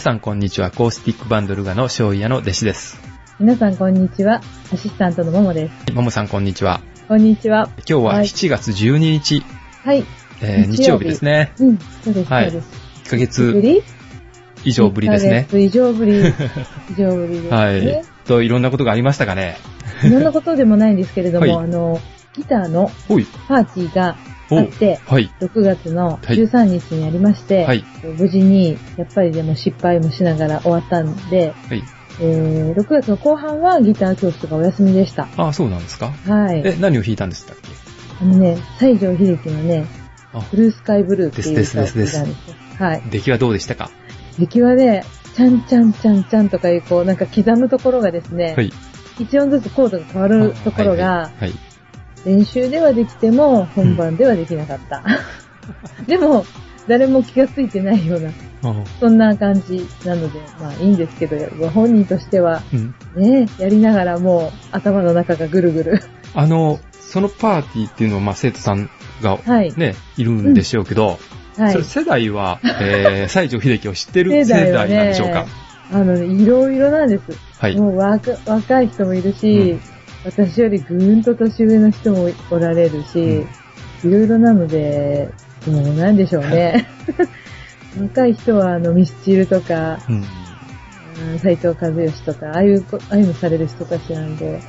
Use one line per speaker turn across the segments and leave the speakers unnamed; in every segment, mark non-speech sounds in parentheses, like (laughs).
さんこんにちは。コースティックバンドルガの醤油屋の弟子です。
皆さんこんにちは。アシスタントのももです。
ももさんこんにちは。
こんにちは。
今日は
はい
7月12日、
はい。
えー日
日曜日
曜日ですね。
うん、そうです、
はい
そうです。
1ヶ
ぶ
月
り
以上ぶりですね。。
以上ぶ
(laughs)
り。以上ぶりです、ね。
はい。と、いろんなことがありましたかね。
いろんなことでもないんですけれども、
はい
あの、ギターの
ほい。
パーティーが
お
あって、
はい。
6月の
はい
13日にありまして、
はい。
無事に、やっぱりでも失敗もしながら終わったんで、
はい。
えー、6月の後半はギター教室がお休みでした。
ああ、そうなんですか。
はい。
え、何を弾いたんでしたっ
あのね、西城秀樹のね
あ、
ブルースカイブルーっていう
です
歌を
です
聴い
です
たんですよ。はい。
け出来はどうでしたか
出来はね、ちゃんちゃんちゃんちゃんとかいう、こう、なんか刻むところがですね、
はい。
一音ずつコードが変わるところが、
はい。はい
練習ではできても、本番ではできな
(laughs)
かった。でも、誰も気がついてないような、
ああ
そんな感じなので、まあいいんですけど、ご本人としては、
うん。
ね、やりながらもう頭の中がぐるぐる。
あの、そのパーティーっていうのは、まあ、生徒さんが、
はい。
ね、いるんでしょうけど、
は
それ
い。
世代は、え
(laughs)
ー、西城秀樹を知ってる世
世
代
代
な
は
ん
ね
でしょうか。
あのね、いろいろなんです。
はい。
もう若若い人もいるし、
うん
私よりぐーんと年上の人もおられるし、いろいろなので、もうなんでしょうね。
(laughs)
若い人はあのミスチルとか、
うん。
斎藤和義とか、ああいうこ、ああいうのされる人たちなんで、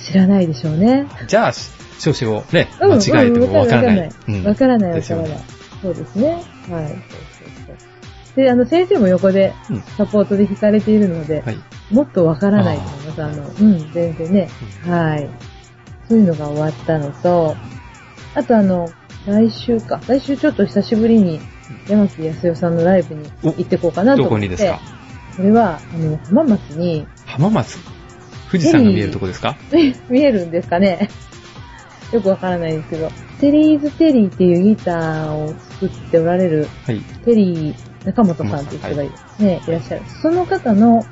知らないでしょうね。
じゃあ、し少々ね、
うん
間違えて
うん
もわからない。うん
わからない、わからない。わ
です
か
よ
らない
ね。
そうですね。はい。そうそうそうで、あの、先生も横で
うん
サポートで弾かれているので、
はい。
もっとわからないと思います。あの、うん、全然ね。はい。そういうのが終わったのと、あとあの、来週か。来週ちょっと久しぶりに、山木康代さんのライブに
お
行ってこうかなと
ど
思って。
こにですか
これは、あの、浜松に、 (laughs)
浜松富士山が見えるとこですか
見えるんですかねよくわからないですけど、テリーズ・テリーっていうギターを作っておられる、
はい。
テリー中本さんっていう人がい,、ね、いらっしゃる。その方の、あの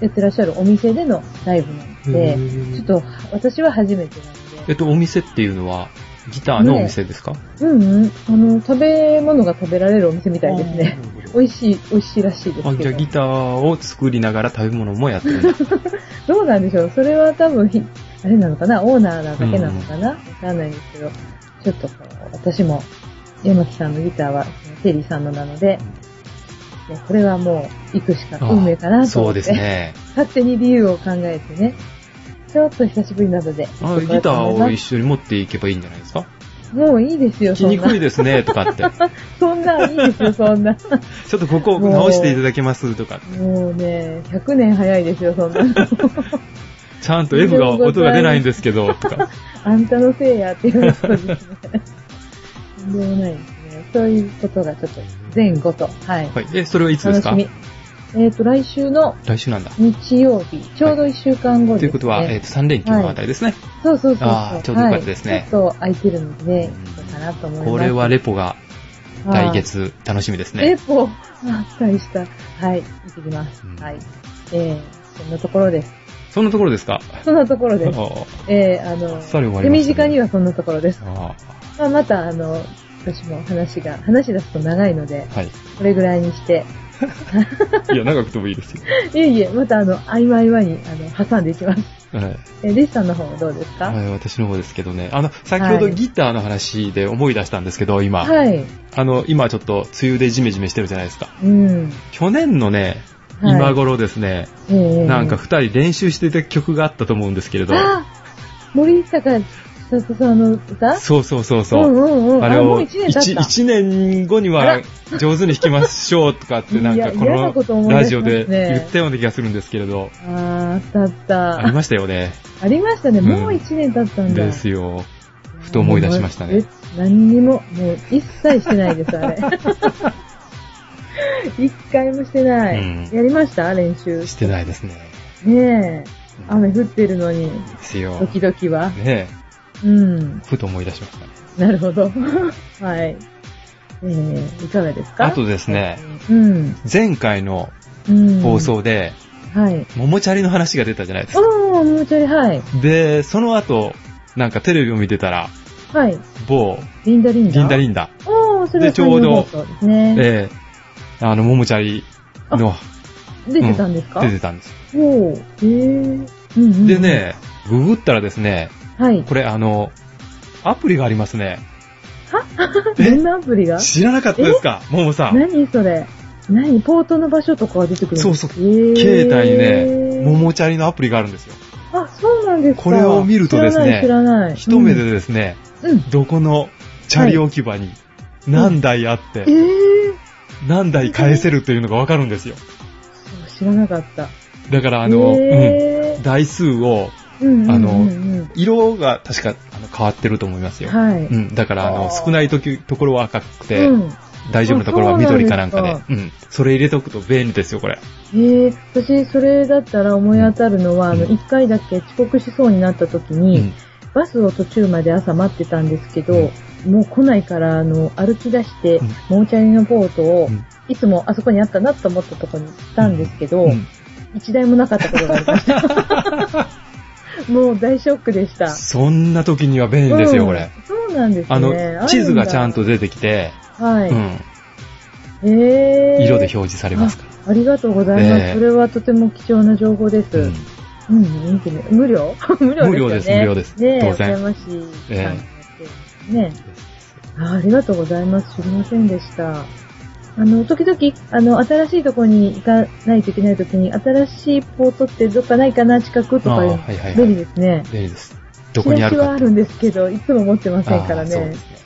やってらっしゃるお店でのライブなので、ちょっと、私は初めてなの
えっ
で。
と、お店っていうのは、ギターのお店ですか、
うんうん。あの、食べ物が食べられるお店みたいですね。
あー。
美味しい、美味しいらしいで
あ
す
じゃあ
け
ギ
ど。
ターを作りながら食べ物もやってるんだ。
どうなんでしょうそれは多分ひ、あれなのかなオーナーなだけなのかなわかんないんですけど、ちょっとこう、私も、山木さんのギターは、テリーさんのなので、ねこれはもう、行くしか、
あー
(laughs) 運命かなと
そ
思
う
って。
ですね。
勝手に理由を考えてね。ちょっと久しぶりなので。
あギターを一緒に持っていけばいいんじゃないですか
もういいです
弾
よ、
き
そん
に
な
く。いですね、とかって。
そんな、いいですよ、そん
(laughs)
な。
ちょっとここを直していただけますとか。
もうね、100年早いですよ、そ
(laughs)
んなの。
ちゃんと F が音が出ないんですけ
(laughs)
ど、とか。
あんたのせいやっていうことですね。とんでもないですね。そういうことがちょっと前後と。はい。
はい。え、それはいつです
楽
か
しみ。えっ、と、来週の
来週なんだ。
日曜日、ちょうど1週間後です、ね
ということは、えっと、3連休のあたりですね。
そうそうそうそう。
あーちょうどよかったですね
はいちょっと空いてるのでね、そうかなと思います。
これはレポが
はい
来月楽しみです
レ
ね。
ポ、あ、大した。はい、行ってきます。
うん
はい。えー、そんなところです。
そんなところですか
そんなところです。
あ
えー、あ
あ
の
っ、さり終わりまし
手
たね
短にはそんなところです。
あ
まあ、また、あの、私も話が、話し出すと長いので、
はい。
これぐらいにして、
いや、長くてもいいです
(laughs)
よ。
いえいえ、また、あの、合間合間に、あの、挟んでいきます。
はい。
えー、レシさんの方はどうですか
はい、私の方ですけどね。あの、先ほど
はい
ギターの話で思い出したんですけど、今。
はい。
あの、今ちょっと梅雨でジメジメしてるじゃないですか。
うん。
去年のね、
はい
今頃ですね、
えー
なんか二人練習してた曲があったと思うんですけれど。
あ森高千里さんの歌
そうそうそうそう。
うんうんうん。
あれ
も
を
う一年経った。
1, 年後には上手に弾きましょうとかってなん
い
か
や
こ
嫌なこと
の
思い
ラ
出
ジ
しま
オ
すね
で言ったような気がするんですけれど、
あー、あったあ
あ
った
り。ましたよね。
ありましたね。
うん
もう一年経ったんだ。
ですよ。ふと思い出しましたね。
え何にも、もう一切してないで
(laughs)
す、あれ。一回もしてない。
うん
やりました練習。
してないですね。
ね
う
え。
ん
雨降ってるのに、
ですよ。
ドキドキは。
ねえ、
うん。
ふと思い出しましたね。
なるほど。 (laughs) はい。えー、いかがですか
あとですね、
うん。
前回の
うん。
放。送で、
はい。
桃チャリの話が出たじゃないですか。
おー、もうちょい、はい。
で、その後、なんかテレビを見てたら、
はい。
某、
リンダリンダ。
銀ンダ
ン
リンダ、
おー、それ
でちょうど
そうですね。
ええあの、桃チャリの
出てたんですか、
出てたんです。
おー、えー。うんうんうん
で。ね、ググったらですね、
はい。
これあの、アプリがありますね。
ど (laughs) んなアプリが
知らなかったですかももさん。
何それ何ポートの場所とかが出てくる
そうそう
う
携帯にね、ももチャリのアプリがあるんですよ。
あ、そうなんですか。
これを見るとですね
知らない、知ら
一
ない。
目でですね、
うん。うん。
どこのチャリ置き場に何台あって、
えー、
何台返せるというのがわかるんですよ。
そう知らなかった。
だから、あの、
え
うん台数を、
ーうんうんうんうん、
あの色が確かあの変わってると思いますよ。
はい。
うん、だから、あの、
あー
少ないときところは赤くて、
うん
大丈夫なところは緑かなんかで、
あそうなん
うん。それ入れとくと便利ですよ、これ。
えー、私、それだったら思い当たるのは、あの、
うん
一回だけ遅刻しそうになった時
う
に、
ん。
バスを途中まで朝待ってたんですけど、もう来ないから、あの、歩き出して
うん、
もうチャリのボートを、
うん
いつもあそこにあったなと思ったところに行ったんですけど、
うん
一台もなかったことがありました。
(laughs)
もう大ショックでした。
そんな時には便利ですよ、これ。
うんそうなんですね。
あ
るん
の、
だ
地図がちゃんと、出てきて、
はい。
うん。
えー、
色で表示されますから。
あありがとうございます、
ねえ
それはとても貴重な情報です。
うん
うん、見てね。無料 (laughs) 無料ですよね。
無料です無料です
ねえ、
当然
山市さんがやってるねあ。ありがとうございます。知りませんでした。あの、時々、あの、新しいところに行かないといけないときに、新しいポートってどっかないかな、近くとかいう
あーはいはいはい
便利ですね。
便利です。どこにある
チラシは
か
あ
って。
るんですけど、いつも持ってませんから
あーそう
ね
で。すね。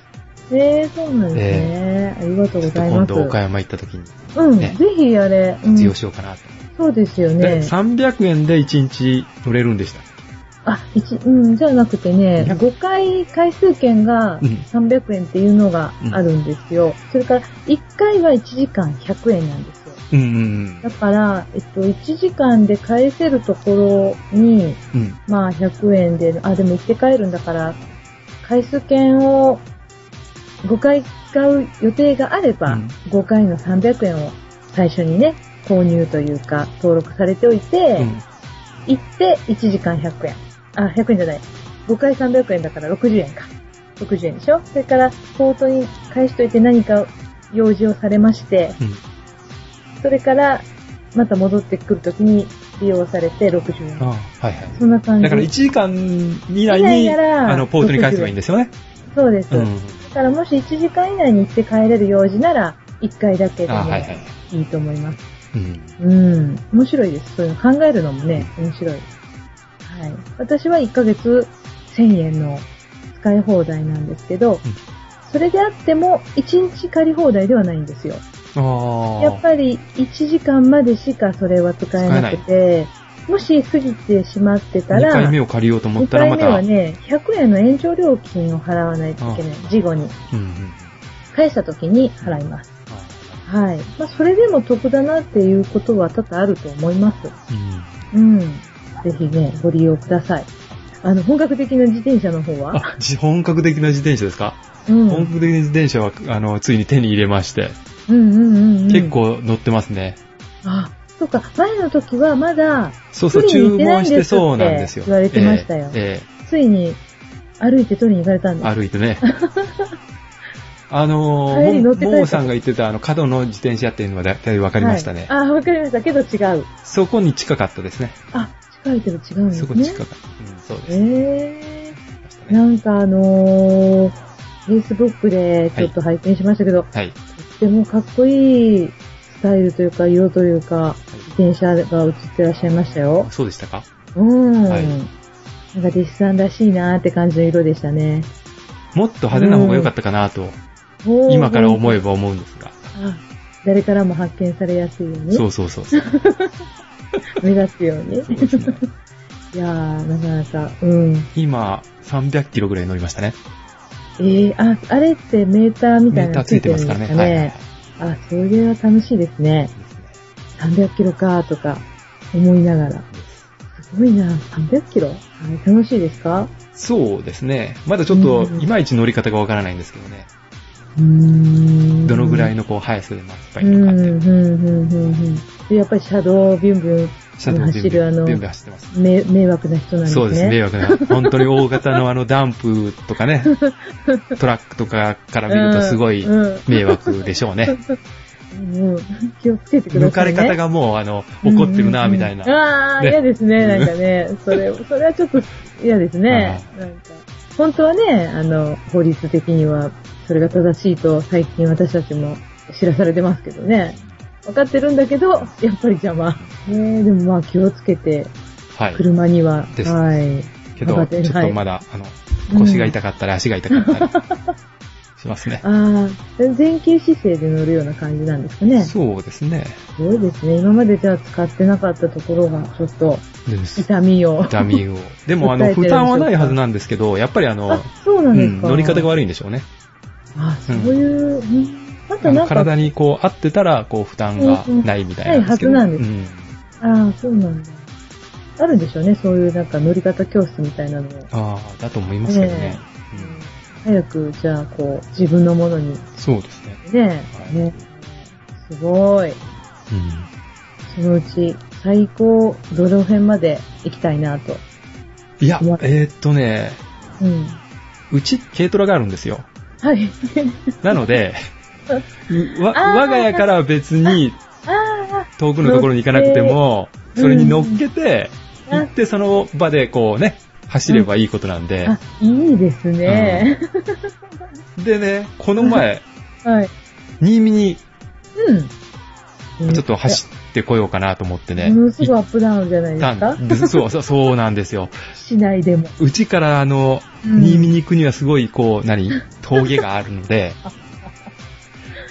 えー、そうなんですね。ありがとう
ちょ
ご
っと
ざいま
今
す。
度岡山行った時に
うん、
ね
ぜひあれ、うん
活用しようかなと。
そうですよ
で、
ね。
300円で1日乗れるんでした。
あ、一、うん、じゃなくてね、
うん
5回回数券が
うん
300円っていうのがあるんですよ。それから1回は1時間100円なんですよ。
うんうん
だから、えっと、1時間で返せるところに、
うん。うん。
まあ100円で、あ、でも行って帰るんだから、回数券を5回使う予定があれば、
うん
5回の300円を最初にね、購入というか、登録されておいて、
うん
行って1時間100円。あ、100円じゃない。5回300円だから60円か。60円でしょそれから、ポートに返しといて何か用事をされまして、
うん。
それから、また戻ってくるときに利用されて60円。
あはいはい。
そんな感じ。
だから1時間以内
以内
に、
なら
あの、ポートに返せばいいんですよね。
そうです。
うん。
だから、もし1時間以内に行って帰れる用事なら、1回だけで
あ
も
はいはい。
いいと思います。
うん。
うん。面白いです。そういうの考えるのもね、面白い。はい。私は1ヶ月1000円の使い放題なんですけど、それであっても1日借り放題ではないんですよ。
ああ。
やっぱり1時間までしかそれは使えなくて、もし過ぎてしまってた
2
ら、
回目を借りようと思ったら
二
ま
回目
た。
はね、100円の延長料金を払わないといけない。事後に。
うんうん。
返した時に払います。
あ
はい。まあ、それでも得だなっていうことは多々あると思います。
ーうん
うん。ぜひね、ご利用ください。あの、本格的な自転車の方は、
あ、じ本格的な自転車ですか
うん、う
本
ん
格的な自転車は、あの、ついに手に入れまして、
うんうんうん。
結。構乗ってますね。
あ、そうか、前の時はまだ、
そうそう、
取り
注
に行ってないん
文
です
してそうなんですよ。
って言われてましたよ
えええ
ついに歩いて取りに行かれたん
え
です。
歩いて
(laughs)
ね。あの
帰り
ー、
乗
も
って帰った
ももさんが言ってた、あの、角の自転車っていうのは大体わかりましたね。
はいあ、わかりました。けど違う。
そこに近かったですね。
あ、近いけど違うんです
そ
ね。
こ近かった。うん、そうです。
えー、
ね
なんかあのー、Facebook でちょっと拝見しましたけど、
はい。
とってもかっこいいスタイルというか、色というか、自転車が映ってらっしゃいましたよ。
そうでしたか
うん。
はい
なんか弟子さんらしいなーって感じの色でしたね。
もっと派手な方が良かったかなと、
おー
今から思えば思うんですが。
あ誰からも発見されやすいように、
そうそうそうそう。
目立つように。
そうですね
いやー、なかなか、うん。
今、300キロぐらい乗りましたね。
えー、あ、あれってメーターみた
メ
い
ー
な
ター
の
ついてますからね。はいはいはい。
あ、それは楽しいですね。300キロかーとか思いながら。すごいな300キロ、はい、楽しいですか
そうですね。まだちょっと、
うん
いまいち乗り方がわからないんですけどね。
うーん
どのぐらいのこう速さで待てばいい
うん
の
う
かっ
ん
て。
うんうんうんでやっぱり車道をビュンビュン
車道を
走るあの
ビュンビュン走ってます。
め迷惑な人なんですね。
そうです、迷惑な。本当に大型のあのダンプとか
(laughs)
ね、トラックとかから見るとすごい
うんうん (laughs)
迷惑でしょうね。
うん、気をつけてくだ
抜か
さい、ね。
れ方がもう、あの、怒ってるな、みたい
うんうんうん
な。
ああ、
ね
嫌ですね、なんかね。それ、それはちょっと嫌ですね。なんか、本当はね、あの、法律的には、それが正しいと最近私たちも知らされてますけどね。わかってるんだけど、やっぱり邪魔。ねえ、でもまあ気をつけて、
はい。
車には。
です
はい。
けど、ちょ
頑張
ってとまだ、あの、腰が痛かったり、足が痛かったり、しますね。
ああ、前傾姿勢で乗るような感じなんですかね。す
そうですね。
ごいですね。今までじゃあ使ってなかったところが、ちょっと
です。
痛みを。
ダミーを。 (laughs) でも、あ
訴
の、
えてるん
負
でしょうか
担はないはずなんですけど、やっぱりあ
あ
の、、
そうな
うん
です
ん、
か。
乗り方が悪いんでしょうね。
あ、そういう、うんあと
あ
な
の
んか、
体にこう、合ってたら、こう、負担がないみたいなんですけど。
うんうんないはず
うん
ああ、そうなんだ。あるんでしょうね、そういうなんか乗り方教室みたいなのも。
ああ、だと思いますけどね
ね。早く、じゃあ、こう、自分のもの
う
に、
んそうですね。
ね
は、い
ね、すごい。
うん
そのうち、最高、どの辺まで行きたいなと。
いや
うわ、
えーっとね、
うん。
うち軽トラがあるんですよ。
はい。 (laughs)
なので、うわ
あー
我が家からは別に
あ
遠くのところに行かなくても、
乗って
それに乗っけて、
うん
行ってその場でこうね、走ればいいことなんで
あ、。あ、いいですね。
でね、この前、
はい。
新見に
うん。
ちょっと走ってこようかなと思ってね、
ものすごい
行
ア
っ
ップダウンじゃないで
た
すか
んです。そうそう、そうなんですよ。
市内でも。
うちからあの、
うん
新見に行くにはすごいこう、何、峠があるの
(laughs)
で、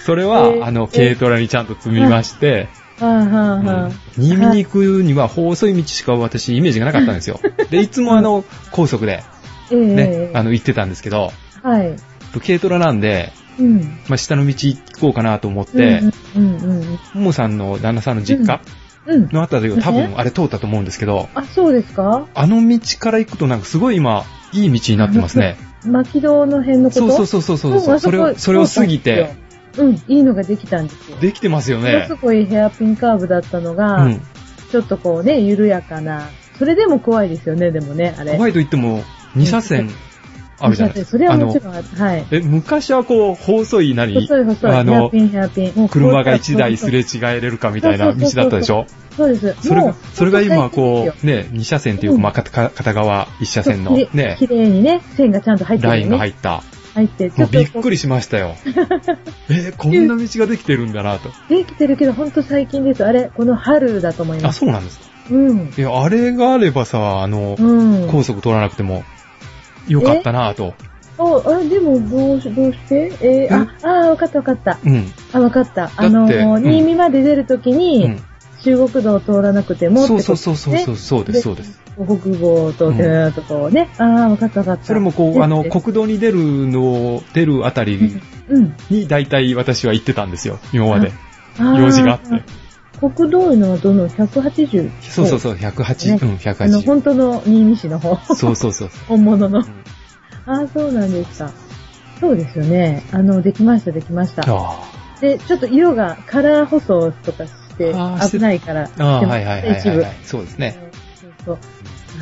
それは、
えー
あの、軽トラにちゃんと積みまして、
はあ、はあはあ、
新見に行くには細い道しか私イメージがなかったん
(laughs)
ですよ。で、いつもあの、高速で
ええ
ね、あの、行ってたんですけど、
はい。
軽トラなんで、
うん。
まあ、下の道行こうかなと思って、
うんうんうん
ももさんの旦那さんの実家
うん。うん。
のあたりを多
う
分あれ通ったと思うんですけど、
あ、そうですか
あの道から行くとなんかすごい今、いい道になってますね。
巻き戸の辺のこと
そうそう
そ
そうそうそうそう。
ん
それ
あ
を、
こ
それを過ぎて、。
そうなんですようん、いいのができたんですよ。
できてますよ
もの
ね
す。ごいヘアピンカーブだったの
う
が、
ん。
ちょっとこうね、緩やかな。それでも怖いですよね、でもね、あれ。
怖いと言っても、2車線あるじゃないですか。
それはもち
あの
ろん、はい。
え、昔はこう、細いなり、
細い細い。
あ
ヘア
の
ピ、ン、ヘアピン。もう
車が1台すれ。違えれるかみたいな道だったでしょ
そうです。
それ
も
が
う、
それが今、こ
本
う、ね、2車線というか、まあ、かか片側1車
当
線
に
の
最近ですよ、
ね
き、れいにね、線がちゃんと入ってる、ね。
ラインが入った。
入って、ち
もう
ょっ
びっ
とこ
くりしましたよ。
(laughs)
えー、こんな道ができてるんだなと。
うできてるけど、ほんと最近です。あれ、この春だと思いま
あ、
す。
そうなんですか。
うん。
いや、あれがあればさ、あの、
うん。
高速取らなくても、よかったなと。
あ、あれ、でも、どうし、どうしてえーあ、あー、わかったわかった。
うん。
あ、わかった。あの
だってう
ー、
ん
新見まで出るとき
う
に
ん、。
中国道を通らなくてもって
そ
こ
う
と
そ
で
う
すね、
そうそうそう、そうです、そうです。
東北道を通って、
うん
うーっとこうね。ああ、わかったわかった。
それもこ
ね
う、あの、国道に出るの、出るあたり
うん。
に大体私は行ってたんですよ、今まで。
あー
用事があって。。
国道のはどの 180?
そうそうそう、108、うん、
あの、
180。
本当の新見市の方。
そうそうそう。
本物の
う。ん
ああ、そうなんですか。そうですよね。あの、できました、できました。
あ
で、ちょっと色がカラー舗装とかして
あーして
危ないから。
あ、ああ
し
はい
てますね
はいはい
一
はい
部
はい。そうですね。
そうそう。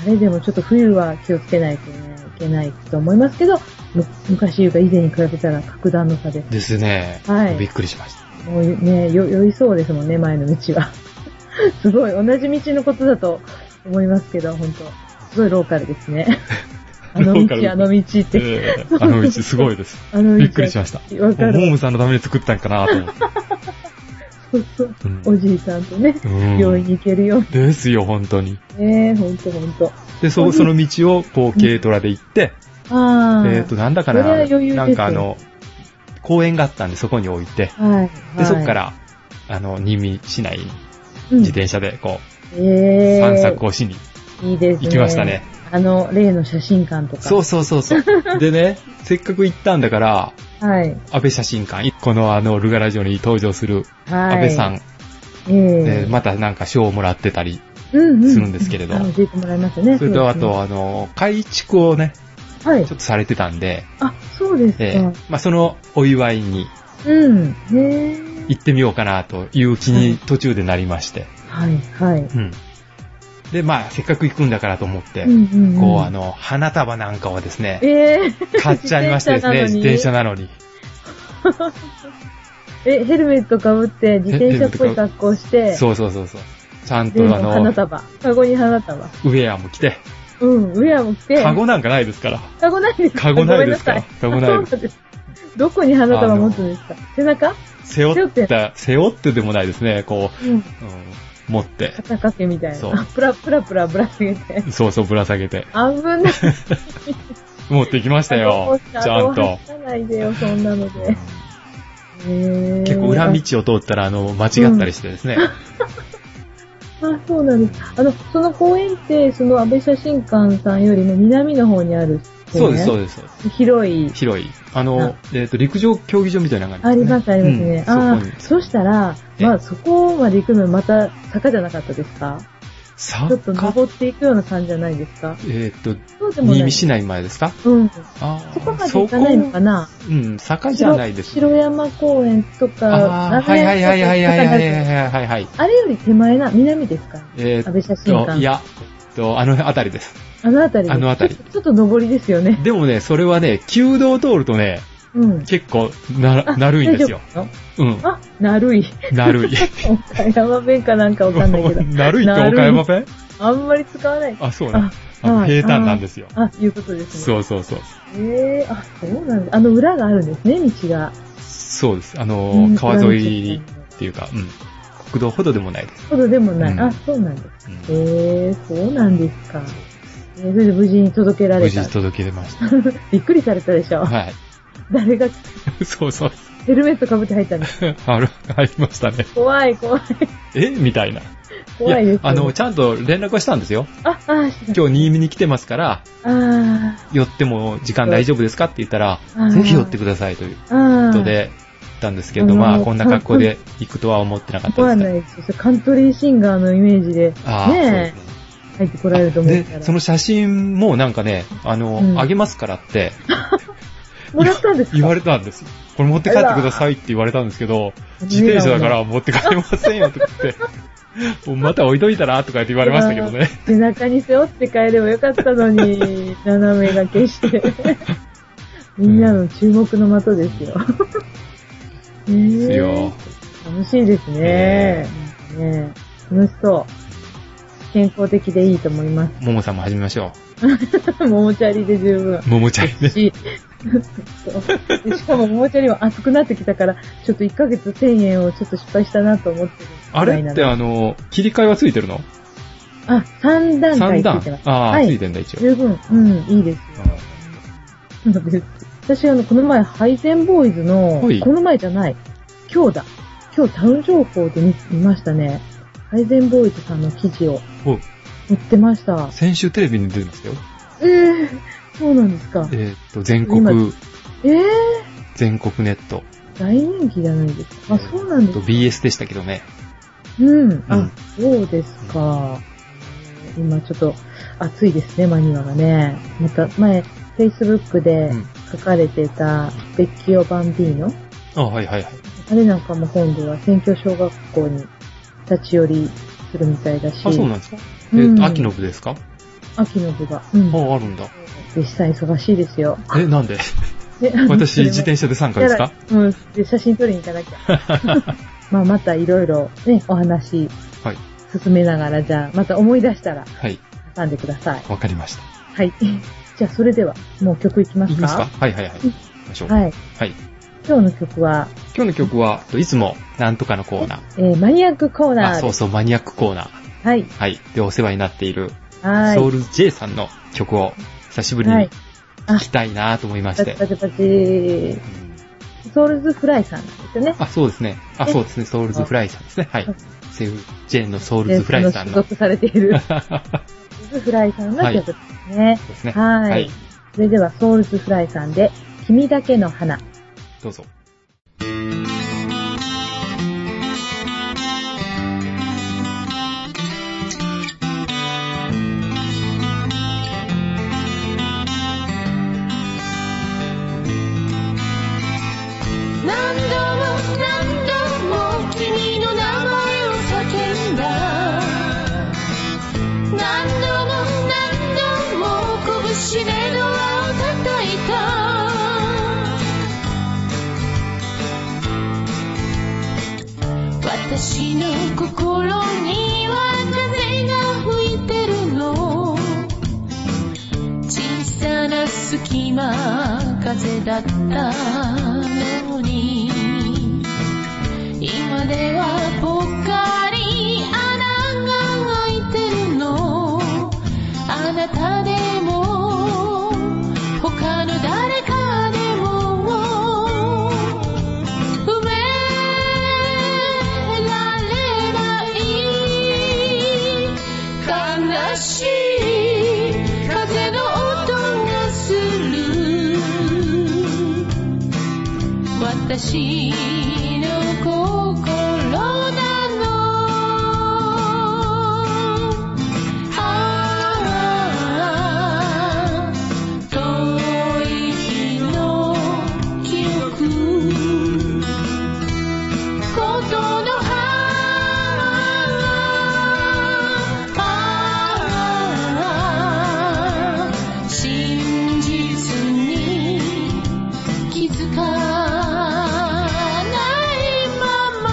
あれでもちょっと冬は気をつけないとね、いけないと思いますけど、む昔いうか以前に比べたら格段の差で、
ですね。
はい
びっくりしました。
もうね、よ、酔いそうですもんね、前の道は。 (laughs) すごい、同じ道のことだと思いますけど、本当すごいローカルで
(laughs)
すね。あの
ローカルです
道、あの道って。
ええあの道すごい
(laughs)
です。
あの道
びっくりしました。
わか
もうホー
る。
ムさんのために作ったんかなと思って。
そうそう。
うん
(laughs) おじいさんとね、
うん
病院に行けるよう
ですよ、本当に。
にね、ほんとほんと。
で、そ、その道を、こう、軽トラで行って、
ああ。
えっと、なんだか
それは
な、
余裕ですよ
なんかあの、公園があったんで、そこに置いて、
はい、はい。
で、そこか、ら、あの、新見市内に
うん
自、転車で、こう、
えー、
散策をしに。
いいですね。
行きましたね。
あの、例の写真館とか。
そうそうそうそう。
(laughs)
でね、せっかく行ったんだから、
はい。
安倍写真館、このあの、ルガラジオに登場する
はい。
安倍さん、
ええ
えーまたなんか賞をもらってたり、
うんうん、
するんですけれど
あ教えてもらいましたね。
それとあ
そう
と、あの、改築をね、
ですね、はい
ちょ。っとされてたんで、
あ、そうですか。
えーまあ、そのお祝いに
うん。ねえ。
行ってみようかなという気に途中でなりまして、
はい、はい。
うん。で、まあ、せっかく行くんだからと思って、
んんん
こう、あ、の、花束なんかをですね、
ええ (laughs)
買っちゃいましてですね、自
自
転
転
車
車
なのに。
え、ヘルメットかぶって、自転車っぽい格好して、
そうそうそうそう。ちゃん
で、
とあ
花
の、
束。カゴに花束。
ウェアも着て、
うん、ウェアも着て。
カゴなんかないですから。
カゴないですか
カゴないですか
ごめん
カゴない
さ
です
そうです。どこに花束持つんですか背中
背負った、背負ってでもないですね、こ
うん。
う、うん持って、
肩掛けみたい
そう
な。あプラプラプラぶら下げて。
そうそうぶら下げて、
あぶない。
(laughs) 持ってきましたよ、ちゃんと。
走らないでよ、そんなので。
結
結
構裏道を通ったら、あの、間違ったりしてですね。
あ、そうなんです。あの、その公園って、その安倍写真館さんよりも南の方にある、
そうです、そう
で
です、そうです。
す。広い。
広い。あ
あ
の、えっと、陸上競技場みたいなのが
あ
あり
り
ま
ますす、
ね。
ありますね。
うん
ああ
そこ、に
そしたら、
え
まあ、そこまで行くのまた坂じゃなかったですかちょっと
坂、
登っていくような感じじゃないですか
えっと、
そうでもない。
新見市内前ですか
うん。
あ
そこまで行かないのかな
そこうん、坂じゃないです。
白白山公園とか、
ああー、はいはいはいはいはいはいはいはいはい。
あれより手前な、南ですか
え
安倍
ー
写
っ
真
と、
館。
いや、えっと、あの辺りです。
あの辺りです
あの辺り
ちょっとちょっと上りですよね。
でもね、それはね、旧道を通るとね、
うん。
結構
(laughs)
な、なるいんですよ。
大丈夫なの
うん、
あ、なるい。 (laughs)
なるい。。
岡山弁かなんかわかんないけ
(laughs)
ど
なるいって岡山弁
あんまり使わない。
あ、そうなの。
あ
あの
はい
平坦なんですよ。
あ、いうことですね。
そうそうそう。
そう。えー、あ、そうなんだ。あの裏があるんですね、道が。
そうです。あ
う
の
ん
ー、川沿いっていうか、うん。国道ほどでもないです。
ほどでもない。
うん
あ、そうなんです。
うん
えー、そうなんですか。えーそれで無事に届けら
無
れ
事
た。
届け出ました。
(laughs) びっくりされたでしょ。
は
誰が
い。 (laughs) そうそう。
ヘルメットかぶって入ったんです
ある、ありましたね。
怖い、怖い。
えみたいな。
怖いです、ね。
あの、ちゃんと連絡はしたんですよ。
あ、あ、し
今日新見に来てますから、
あ
寄っても時間大丈夫ですかって言ったら
うん、
ぜひ寄ってくださいという
ー、あ
こ
ー
と。で、行ったんですけど、
うん
まあ、こんな格好で行くとは思ってなかった
怖い
です
な
か
い
ら。
ですよ。カントリーシンガーのイメージで、
ああ、そうで
ね
すね。
え、入ってこられると思うから。
で、その写真もなんかね、あの、
うん
あげますからって
もらったんですか
言われたんですよ。これ持って帰ってくださいって言われたんですけど、自転車だから持って帰れませんよとか言って、 (laughs) もうまた置いといたらとか言って言われましたけどね。
背中に背負って帰ればよかったの
(laughs)
に、斜めがけして。みんなの注目の的ですよ。
です
えー
よ。
楽しいですね。なんかね楽しそう。健康的でいいと思い (laughs) ま
ももさんも始めましょ
す。ももチャリで十分
う。。ももちゃんね。
(laughs) しそうでしかも、ももチャリも熱くなってきたから、ちょっと1ヶ月1000円をちょっと失敗したなと思ってる
あ
ぐらい
れ
な
っ
の
てあの、切り替えはついてるの
あ、3段
?3
階つい
段
てます。。
ああ、
はい
ついてんだ、一応。
十分、うん、いいですよ。そうです私、あの、この前、ハイゼンボーイズの、
はい
この前じゃない、今日だ。今日、タウン情報で見見ましたね。ハイゼンボーイズさんの記事を
お
載ってました。
先週テレビに出てましたよ。
ええそうなんですか。
えーっと、全国、
ええ
全国ネット。
大人気じゃないですか。あ、そうなんです
と
か。
BS でしたけどね。
うん。
う
あ
ん、
そうですか。今、ちょっと、暑いですね、マニュアがね。また、前、Facebook で
うん
書かれてた、ベッキオ・バンビーノ。
あはいはいはい。
あれなんかも今度は選挙小学校に立ち寄りするみたいだし。
あ、そうなんですかえ
うん
ーっと、秋の部ですか
秋の部が。うん。
あ
で、
あ、あるんだ。
下忙しいで
(laughs)
すよ。
え、なん
(laughs)
で
で
私、自転車で参加ですか
やらうん。で、写真撮りに行かなきゃ。
(laughs)
まあ、またいろいろね、お話
はい。
進めながら、じゃあ、また思い出したら
はい。
挟んでください。
わかりました。
はい。 (laughs) じゃあ、それでは、もう曲いきま
い
す
き
か
ますかはいはいはい。行きましょう。
はい。
はい。
今日の曲は、
今日の曲は、えっといつも、なんとかのコーナ
えーマニアックコー
ー。あ、
ナー
そう
そ
そう、マニアックコーナー。
う。はい。
はい。で、お世話になっている、
はい。
ソウル J さんの曲を、久しぶり
はい
に。聴きたいなと思いま
パ
し
チ
て。
パチパチ。
うん
ソウルズフライさんなんですよね。
あ、そうですね。あ、
え
そうですね。ソウルズフライさんですね。はい
うん。
セウジェーンのソウルズフライさん
所
の。
属されてい
(laughs)
るソ
そ
ウルズフライさんの曲ですね。
うですね。
はい
はい。
それではソウルズフライさんで、君だけの花。
どうぞ。
何度も何度も君の名前を叫んだ何度も何度も拳でドアを叩いた隙間風だったのに今ではぽっかり穴が開いてるのあなたでも他の誰かでも埋められない悲しい風の音がする私の心なのああ遠い日の記憶ことの葉ああ真実に気づかないまま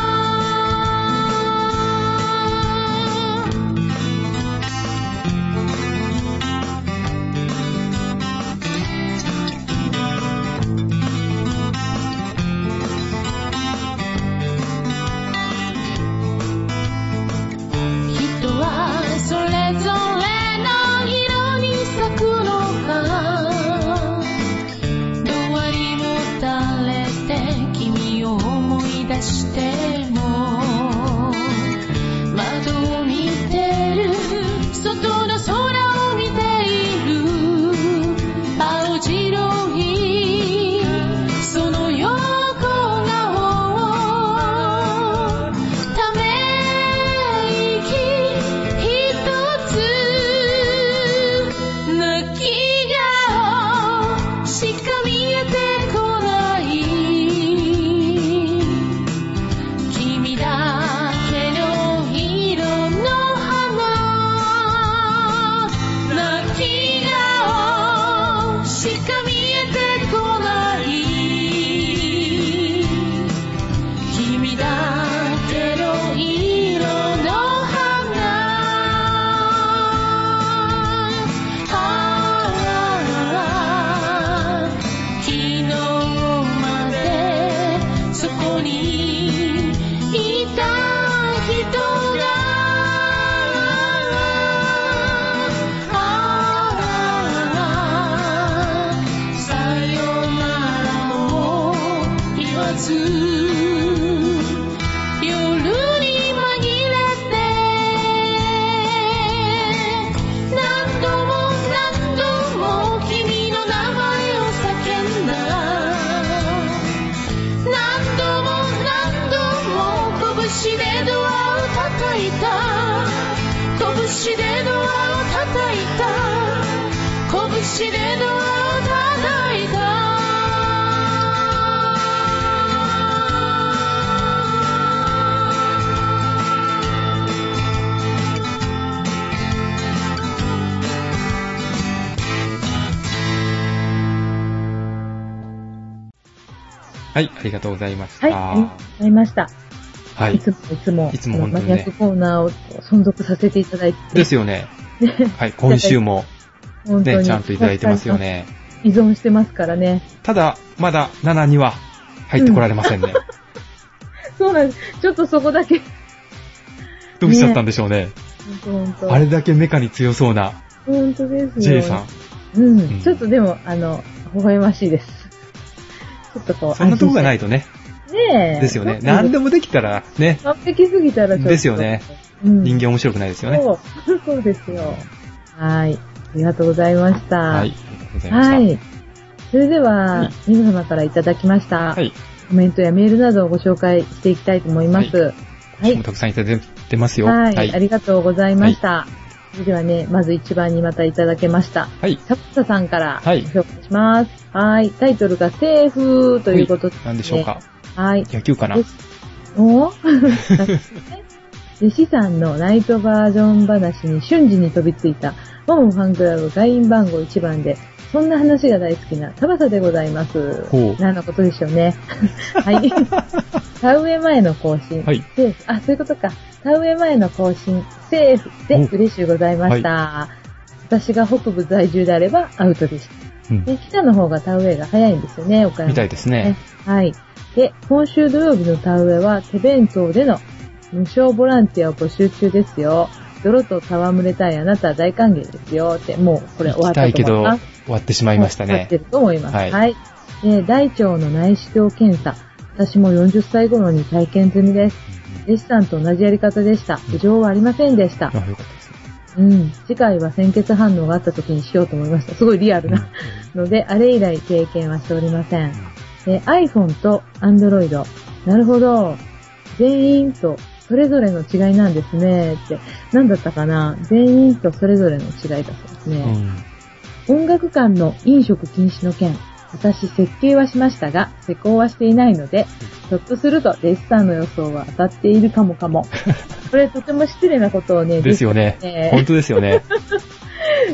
人はそれぞれの色に咲くのかどわにもたれて君を思い出しても窓を見てる外の空を見ている青白いその横顔をため息ひとつ抜き顔しか見えてこない君だけの色の花泣き顔しか見えてこない君だけの色の花ああ昨日までそこにいた人がああさよならを言わず夜に紛れて何度も何度も君の名前を叫んだ何度も何度も拳でドアを叩いた拳でドアを叩いた拳でドアを叩いた
はい、ありがとうございまし
は
た。
い、ありがとうございました。、
はいい。
つもいつも、
いつも本当
マ
にね
ニアックコーナーを存続させていただいて、
ですよね。はい、今週も
本当に、
ね、ちゃんといただいてますよ。ね。
依存してますからね。 (laughs)
ただ、まだ7には入ってこられませんね。
そうなんです。ちょっとそこだけ、
(laughs) どうしちゃったんでしょうね。
本当本当
あれだけメカに強そうな
本当ですよ。
J さん。
うん、
うん
ちょっとでも、あの、微笑ましいです。ちょっとこう、。
そんなとこがないいとね。
ねえ。
ですよね。
そう
何でもできたらね、
完璧すぎたらちょっと。
ですよね。
うん、
人間面白くないですよね。
そう。 (laughs) そうですよ。はい。ありがとうございました。
はい。あり。がとうございました。
は。い。それで
は、
はい皆様からいただきました、
はい。
コメントやメールなどをご紹介していきたいと思います。は
今週
い
も。たくさんいただいてますよ。
はい、あ
はい。
りがとうございました。それではね、まず一番にまたいただけました。
はい。
サプタさんからご
はい
紹介します。はい。タイトルがセーフということです、ね。
何でしょうか。
はい。
野球かな
で。お
(laughs)
ぉ弟子さんのナイトバージョン話に瞬時に飛びついた、モモファンクラブ会員番号1番で、そんな話が大好きなタバサでございます。
ほう
何のことでしょ
(laughs)
うね。はい。田植え前の更新。
はい
セーフ。あ、そういうことか。田植え前の更新、セーフで
お
嬉しゅうございました。私が北部在住であればアウトでした。
うん
で、北の方が田植えが早いんですよね、岡山。
みたいですね。
はい。で、今週土曜日の田植えは手弁当での無償ボランティアを募集中ですよ。泥と戯れたいあなたは大歓迎ですよって、もうこれ終わ
行き
ったた
いけ
と思
ど
います。、
終わってしまいました
合っ
ね
て。ると思います。
は
はいい。で大腸の内視鏡検査。私も40歳頃に体験済みです。弟子さんと同じやり方でした。異常はありませんでした
あ。よかったです。
うん。次回は鮮血反応があった時にしようと思いました。すごいリアルな。ので、あれ以来経験はしておりません。えー iPhone と Android。なるほど。全員とそれぞれの違いなんですね。って。なんだったかな全員とそれぞれの違いだそうで
う
すね。
ん
音楽館の飲食禁止の件。私、設計はしましたが、施工はしていないので、ひょっとすると、デスさんの予想は当たっているかも
(laughs)
かも。これ、とても失礼なことをね、
ですよね
え。ー
本当ですよ
(laughs)
ね。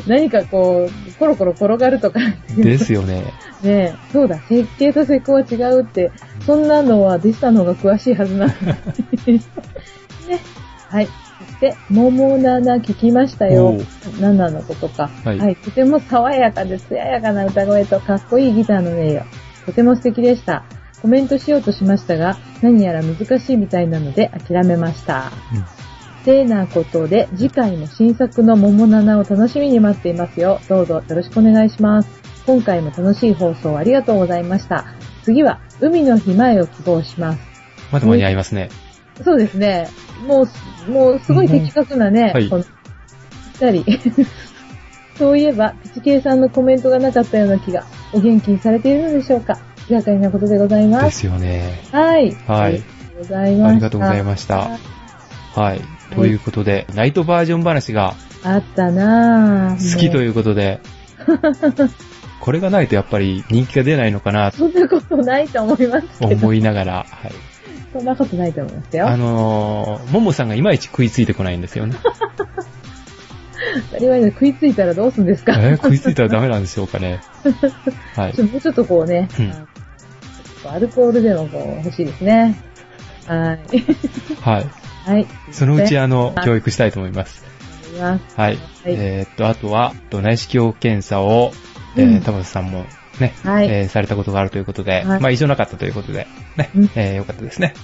何かこう、コロコロ転がるとか、
ですよね。
ねえ、そうだ、設計と施工は違うって、そんなのはデスタの方が詳しいはずなの
(laughs)
に。ね。はい。そして、モモナナ聞きました
お
よ
う。
ナナのことか、
はい
とても爽やかで艶やかな歌声とかっこいいギターの音色。とても素敵でした。コメントしようとしましたが、何やら難しいみたいなので諦めました。
うん
てなことで、次回も新作の桃七を楽しみに待っていますよ。どうぞよろしくお願いします。今回も楽しい放送ありがとうございました。次は、海の日前を希望します。
まだ間に合いますね。
そうですね。もう、もうすごい的確なね、
うんはい
このぴったり。 (laughs) そういえば、ピチケイさんのコメントがなかったような気が、お元気にされているのでしょうか。明らかになことでございま。
ですすよね。
はい。
はい
ありがとうございました。
ありがとうございました。はい。ということで、ナイトバージョン話が
あったなぁ。
好きと
う。
いうこと
(laughs)
で、これがないとやっぱり人気が出ないのかなと
そんなことないと思いますけど。
思いながら、はい。
そんなことないと思いますよ。
あ
我
のー、ももさんがいまいち食いついてこないんですよね。
々食いついたらどうするんですか、
えー食いついたらダメなんでしょうか
(laughs)
ね。はい
ち。ょもうちょっとこうね、
うん
あのちょっとアルコールでもこう欲しいですね。はい。
はい。
はい。
そのうち、あの、
はい
教育したいと思います。
いきます
はい。えーっと、あとは、と内視鏡検査を、え
う
ー、
ん
田畑さんもね、
はい
えーされたことがあるということで、
はい
まあ、異常なかったということで、ね、
うん
えーよかったですね。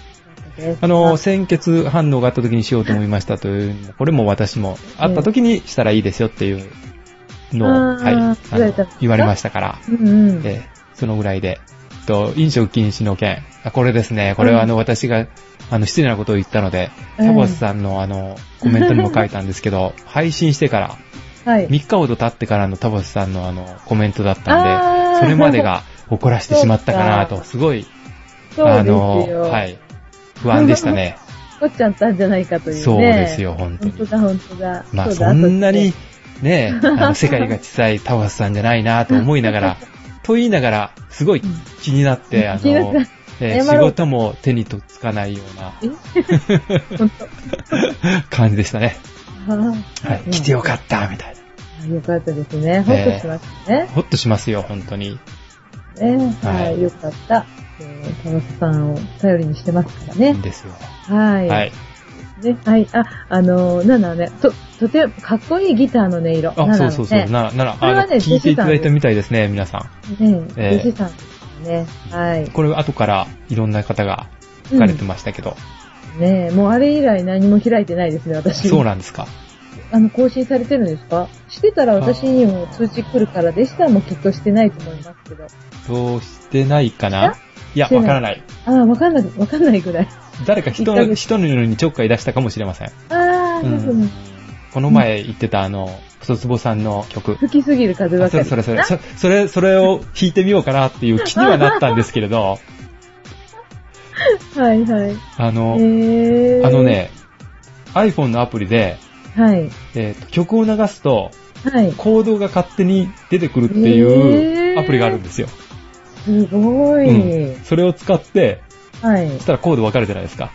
です
あの、鮮血反応があった時にしようと思いましたという、これも私も、あった時にしたらいいですよっていうのを、
あー
はい、あ
言われた
の言われましたから、
うんうん。
えーそのぐらいで、と、飲食禁止の件、あこれですね、これはあの、私が、あの、失礼なことを言ったので、
うん
タボスさんのあの、コメントにも書いたんですけど、配信してから、
はい。
3日ほど経ってからのタボスさんのあの、コメントだったん
あ
で、
ー
それまで
(laughs)
が怒らせてしまったかな
そ
と、
うか
すごい、
そう
あ
です
の、
よ。
は。い、不安でしたね。
取っちゃったんじゃないかというね。
そうです。よ、本当
本
に
当。だ、本当だ。
まあ、
うだ
そんなに
後で、
ね、あの世界が小さいタワスさんじゃないなと思いなが
(laughs)
ら、と言いながら、すごい気になって、あ
気にな
の
った、
えー
謝
仕
ろう
事も手にとっつかないような
本当。 (laughs)
感じでしたね。は。
はい
来てよかった、みたい
た。よかったですね。ほっとしましたね
な。。ほっとしますよ、本当に。
ね、
はい
はい、よかった。えー田中さんを頼りにしてますから
いい
ね
ん。ですよ。
はい。
はい。
ね、はい。あ、あのー、なんだろうね、と、とてもかっこいいギターの音色。
あ、
な
そ
の
う
ね
そうそう。なら、なら、
これ
あの
は、ね
聞いていただい
弟子さ
た
ん
みたいですね、皆さん。
ね
え
え、
え
弟子さんですね。はい。
これ、後からいろんな方が書かれてましたけど。
ねえ、もうあれ以来何も開いてないですね、私。
そうなんですか。
あの、更新されてるんですかしてたら私にも通知来るから、弟子さんもきっとしてないと思いますけど。
そうしてないかないや、
してな
わ
い
からない。
ああ、わかんない、わかんないぐらい。
誰か人
一ヶ
の、
月
人のようにちょっかい出したかもしれません。
ああ、
う、
そうそうん
この前言ってたあの、太つぼさんの曲。
吹きすぎる風ば
あそれ
かり。
それそれ、そそれ、それを弾いてみようかなっていう気にはなったんですけれど、
はいはい。
あの、
えー、
あの、ね、iPhone のアプリで、
はい。
えーと曲を流すと、
はい。
コードが勝手に出てくるってい
へ
う
ー
アプリがあるんですよ。
すごい。
うん、それを使って、
はい。
そしたらコードわかるじゃないですか。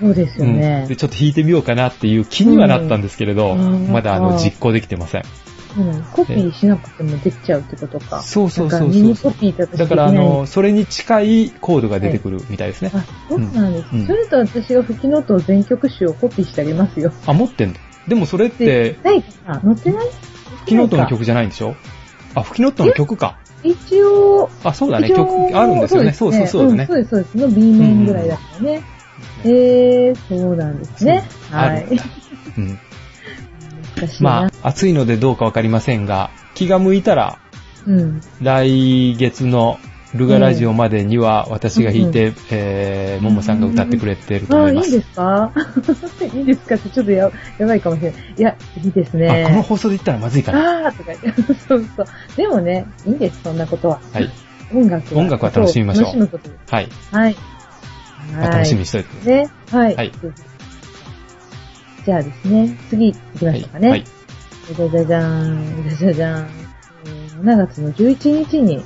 そうですよ
う
ね
ん。で、。ちょっと弾いてみようかなっていう気にはなったんですけれど、
うんうん
まだあの実行できてません。
そうなのコピーしなくてもできちゃうってことか。
そうそうそうそう
だからミニコピーだと
だ
でき
から、
な
あ
い
の、それに近いコードが出てくるみたいですね。
あ、そうなんです。
うん
それと私が吹きノートを全曲集をコピーしてあげますよ。
あ、持ってんのでもそれっ
で
て、、
ないかな載ってない
吹きノートの曲じゃないんでしょあ、吹きノートの曲か。
い一応、
あ、そうだね。
一応
曲あるんですよね。そうそうそうだね
ん。そうです、そうです。の B 面ぐらいだからね。えー、そうなんですね。
そう
は
あ
い
るん。だうん。
難しい
ま
な。
あ、暑いのでどうかわかりませんが、気が向いたら、
うん。
来月のルガラジオまでには私が弾いて、えー、ももさんが歌ってくれてると
あ
思
あ、
い
い
ま
い
す。
ですか (laughs) いいですかってちょっとややばいかもしれない。いや、いいで
あ、
す
この
ね。
放送で言ったらまずいかな。
ああーとか言って、そうそう。でもね、いいんです、そんなことは。
はい。
音楽
音楽は楽しみましょう
楽しむことです。
はい。
はい。
まあ楽しみにしといてくださ
ね。はい。
はい
じゃあですね、次行きま
い。
しょうかね。
はい。
じゃじゃじゃーん、じゃじゃじゃーん。えー7月の11日に、よ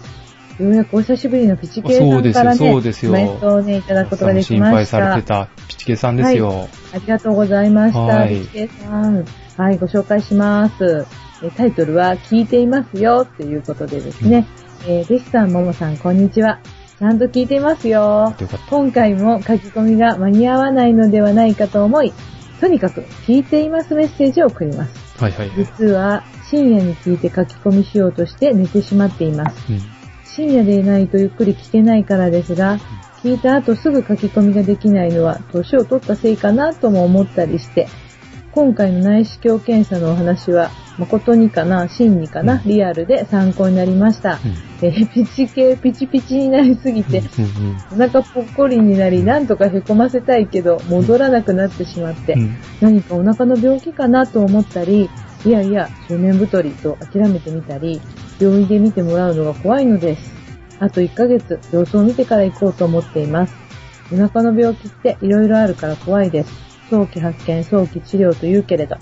うやくお久しぶりのピチケイさんからね、
そうですよそうですよ
コメントをね、いただくことができ
心
ま
配
した。
されてたピチケさんですよ。
ありがとうございました。
はい
ピチケイさん。はい、ご紹介します。えータイトルは、聞いていますよ、ということでですね。えー、弟子さん、ももさん、こんにちは。ちゃんと聞いていますよ。
よかった。
今回も書き込みが間に合わないのではないかと思い、とにかく聞いていますメッセージを送ります。
はいはい。うん。
実は深夜に聞いて書き込みしようとして寝てしまっています。深夜でいないとゆっくり聞けないからですが、聞いた後すぐ書き込みができないのは年を取ったせいかなとも思ったりして、今回の内視鏡検査のお話は誠にかな、真にかな、リアルで参考になりました。えーピチ系ピチピチになりすぎて、
うんうん
お腹ぽっこりになり、なんとかへこませたいけど、戻らなくなってしまって、
うん
何かお腹の病気かなと思ったり、いやいや、中年太りと諦めてみたり、病院で見てもらうのが怖いのです。あと1ヶ月、様子を見てから行こうと思っています。お腹の病気って色々あるから怖いです。早期発見、早期治療と言うけれど。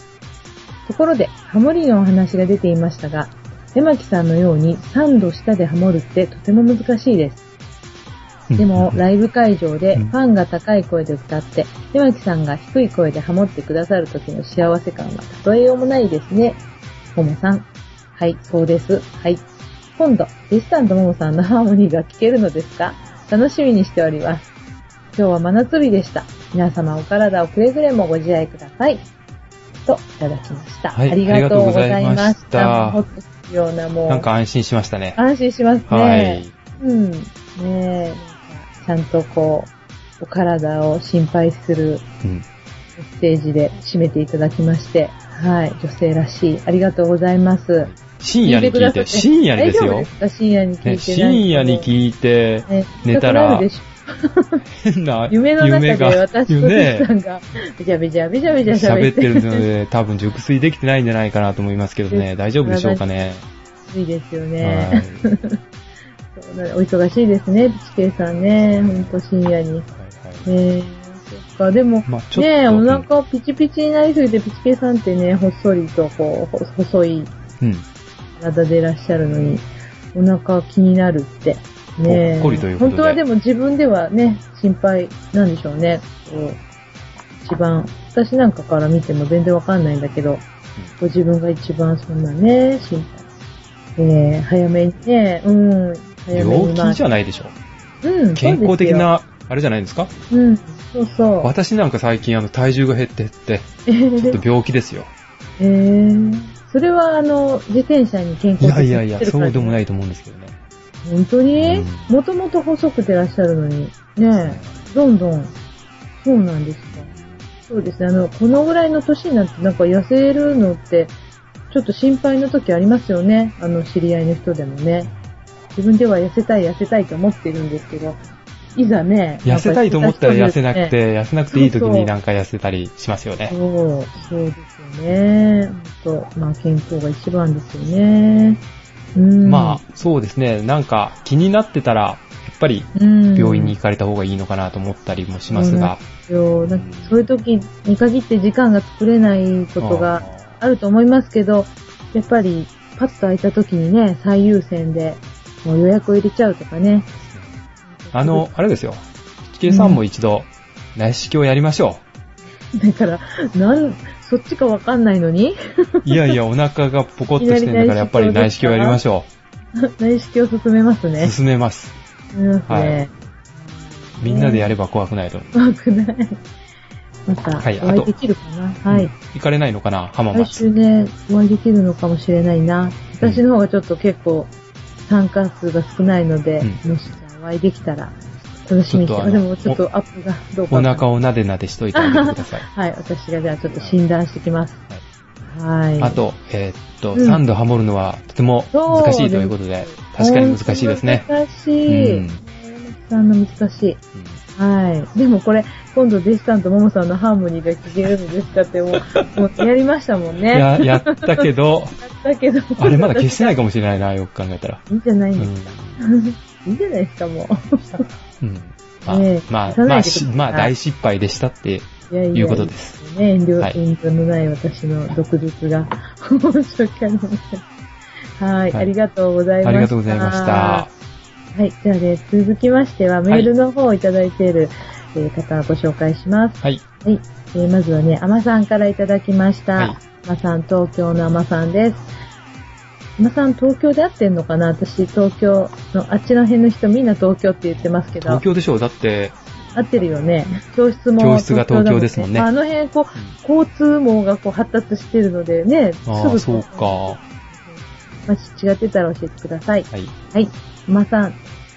ところで、ハモリのお話が出ていましたが、江巻さんのように3度下でハモるってとても難しいです。
うん
でも、ライブ会場で
う
フ
ん
ァンが高い声で歌って、山木さんが低い声でハモってくださる時の幸せ感は例えようもないですね。ももさん。はい、そうです。はい。今度、弟子さんとももさんのハーモニーが聴けるのですか楽しみにしております。今日は真夏日でした。皆様お体をくれぐれもご自愛ください。と、いただきました。
はい
ありがとうござい
ありがとうございま
ま
し
したた。ほっとするようなもう、
なんか安心しましたね。
安心しますね。
はい。
うん。ねえ、なんかちゃんとこう、お体を心配する
うん。
メッセージで締めていただきまして、はい、女性らしい。ありがとうございます。
深夜に聞いて、深夜にですよ。
大丈夫ですか深夜に聞いて、
ね、深夜に聞いて、
ね
寝た
痛くな
ら
るでしょ
変な
夢の中
夢
で
が
私と
ね
ねさんが、べちゃべちゃべちゃべちゃ
喋っ
喋ってて
る
る。
ので、多分熟睡できてないんじゃないかなと思いますけどね、大丈夫でしょうかね。
いいですよ
は
ね。
い。
そうなのお忙しいですね、ピチケイさんね。ほんと深夜に。
はいはい
えー、そっか、でも、
まあちょっと
ねえ、
う
お
ん
腹ピチピチになりすぎて、ピチケさんってね、ほっそりと、こう、ほ細い
うん。
体でいらっしゃるのに、お腹気になるって。ねえ。
ぽっこりということで
本当はでも自分ではね、心配なんでしょうね。こう一番、私なんかから見ても全然わかんないんだけど、ご自分が一番そんなね、心配。えー、早めにね、うん、早め
病
に
気じゃ
ゃ
ないでしょ。
うん、
健康的
そう
な、あれじゃないですか
ですよ。うん、そうそう。
私なんか最近あの体重が減って減って、ちょっと病気ですよ。
えー、それはあの、自転車に健
い
康
や
的。
いやいや、そうでもないいと思うんですけどね。
本当に
うん
もともと細くてらっしゃるのに。ねえ、どんどん。そうなんですか。そうですね。あの、このぐらいの年になってなんか痩せるのって、ちょっと心配の時ありますよね。あの、知り合いの人でもね。自分では痩せたい痩せたいと思ってるんですけど、いざね。
痩せたいと思ったら痩せなく
て
て、痩せなくていい時になんか痩せたりしますよね。
そう、そうですよね。ほんと、まあ健康が一番ですよね。うん。
まあ、そうですね。なんか気になってたら、やっぱり
あ、うん、
病院に行かれた方がいいのかなと思ったりもしますが。
そうなんですよ。だそういう時に限って時間が作れないことがあると思いますけど、やっぱりパッと空いた時にね、最優先でもう予約を入れちゃうとかね。
あの、あれですよ。地形さんも一度、内視鏡やりましょ
だから、なん、そっちかわかんないのに、 (laughs)
う。いやいや、お腹がポコッとしてるんだから、やっぱり内視鏡やりましょ
内視鏡を進めます
う。 (laughs)
ね。
進めます。
進めます
は
(laughs) ね
い。みんなでやれば怖くないと思う。
怖くない。また、お
はいあ
会
と
いできるかなはい。
行かれないのかな浜
来
松。
週ね、お会いできるのかもしれないな。私の方がちょっと結構、参加数が少ないので、もしじゃあお会いできたら、楽しみにして
ちょっとあ
ま
の
す。でもちょっとアップがどうか
お
わかんない。
腹をなでなでしといてあげてください。
はい、私がじゃあちょっと診断してきます。はい。
あと、えーっと、
うん
3度ハモるのはとても
そう、
難しいということで、確かに難しいですね。
難し
う
い。
ん。
さんの難しい。はい。でもこれ、今度、弟子さんとももさんのハーモニーが聞けるのですかって、も
(laughs)
う、もうやりましたもんね。
や、やったけど、
だけど。
あれまだ消してないかもしれないな、よく考えたら。
いいんじゃない
うん
んですか。いいんじゃないですか、も
うん。まあ
ねえ、
まあ、
消さ
ま
な
あ
いでくださ
し
い
まあ、大失敗でしたって
う。いやいや
いうことです。
ね、遠慮、
はい
遠慮のない私の毒舌が、申し訳ありません。はい、ありがとうございました。
ありがとうございました。。
はい、じゃあね、続きましては、メールの方をいただいている、えー方をご紹介します。
はい。
はい、えーまずはね、アマさんからいただきました。
はい
アマさん、東京のアマさんです。アマさん、東京で会ってんのかな私、東京の、あっちの辺の人みんな東京って言ってますけど
東、京でしょうだって、
合ってるよね。教室も
教室が東京ですもんね
まああの辺、こう、交通網がこう発達してるのでね、すぐ
ああ、
東京
そうか。。は
まあ、違ってたら教えてください。
い。
はい、馬さん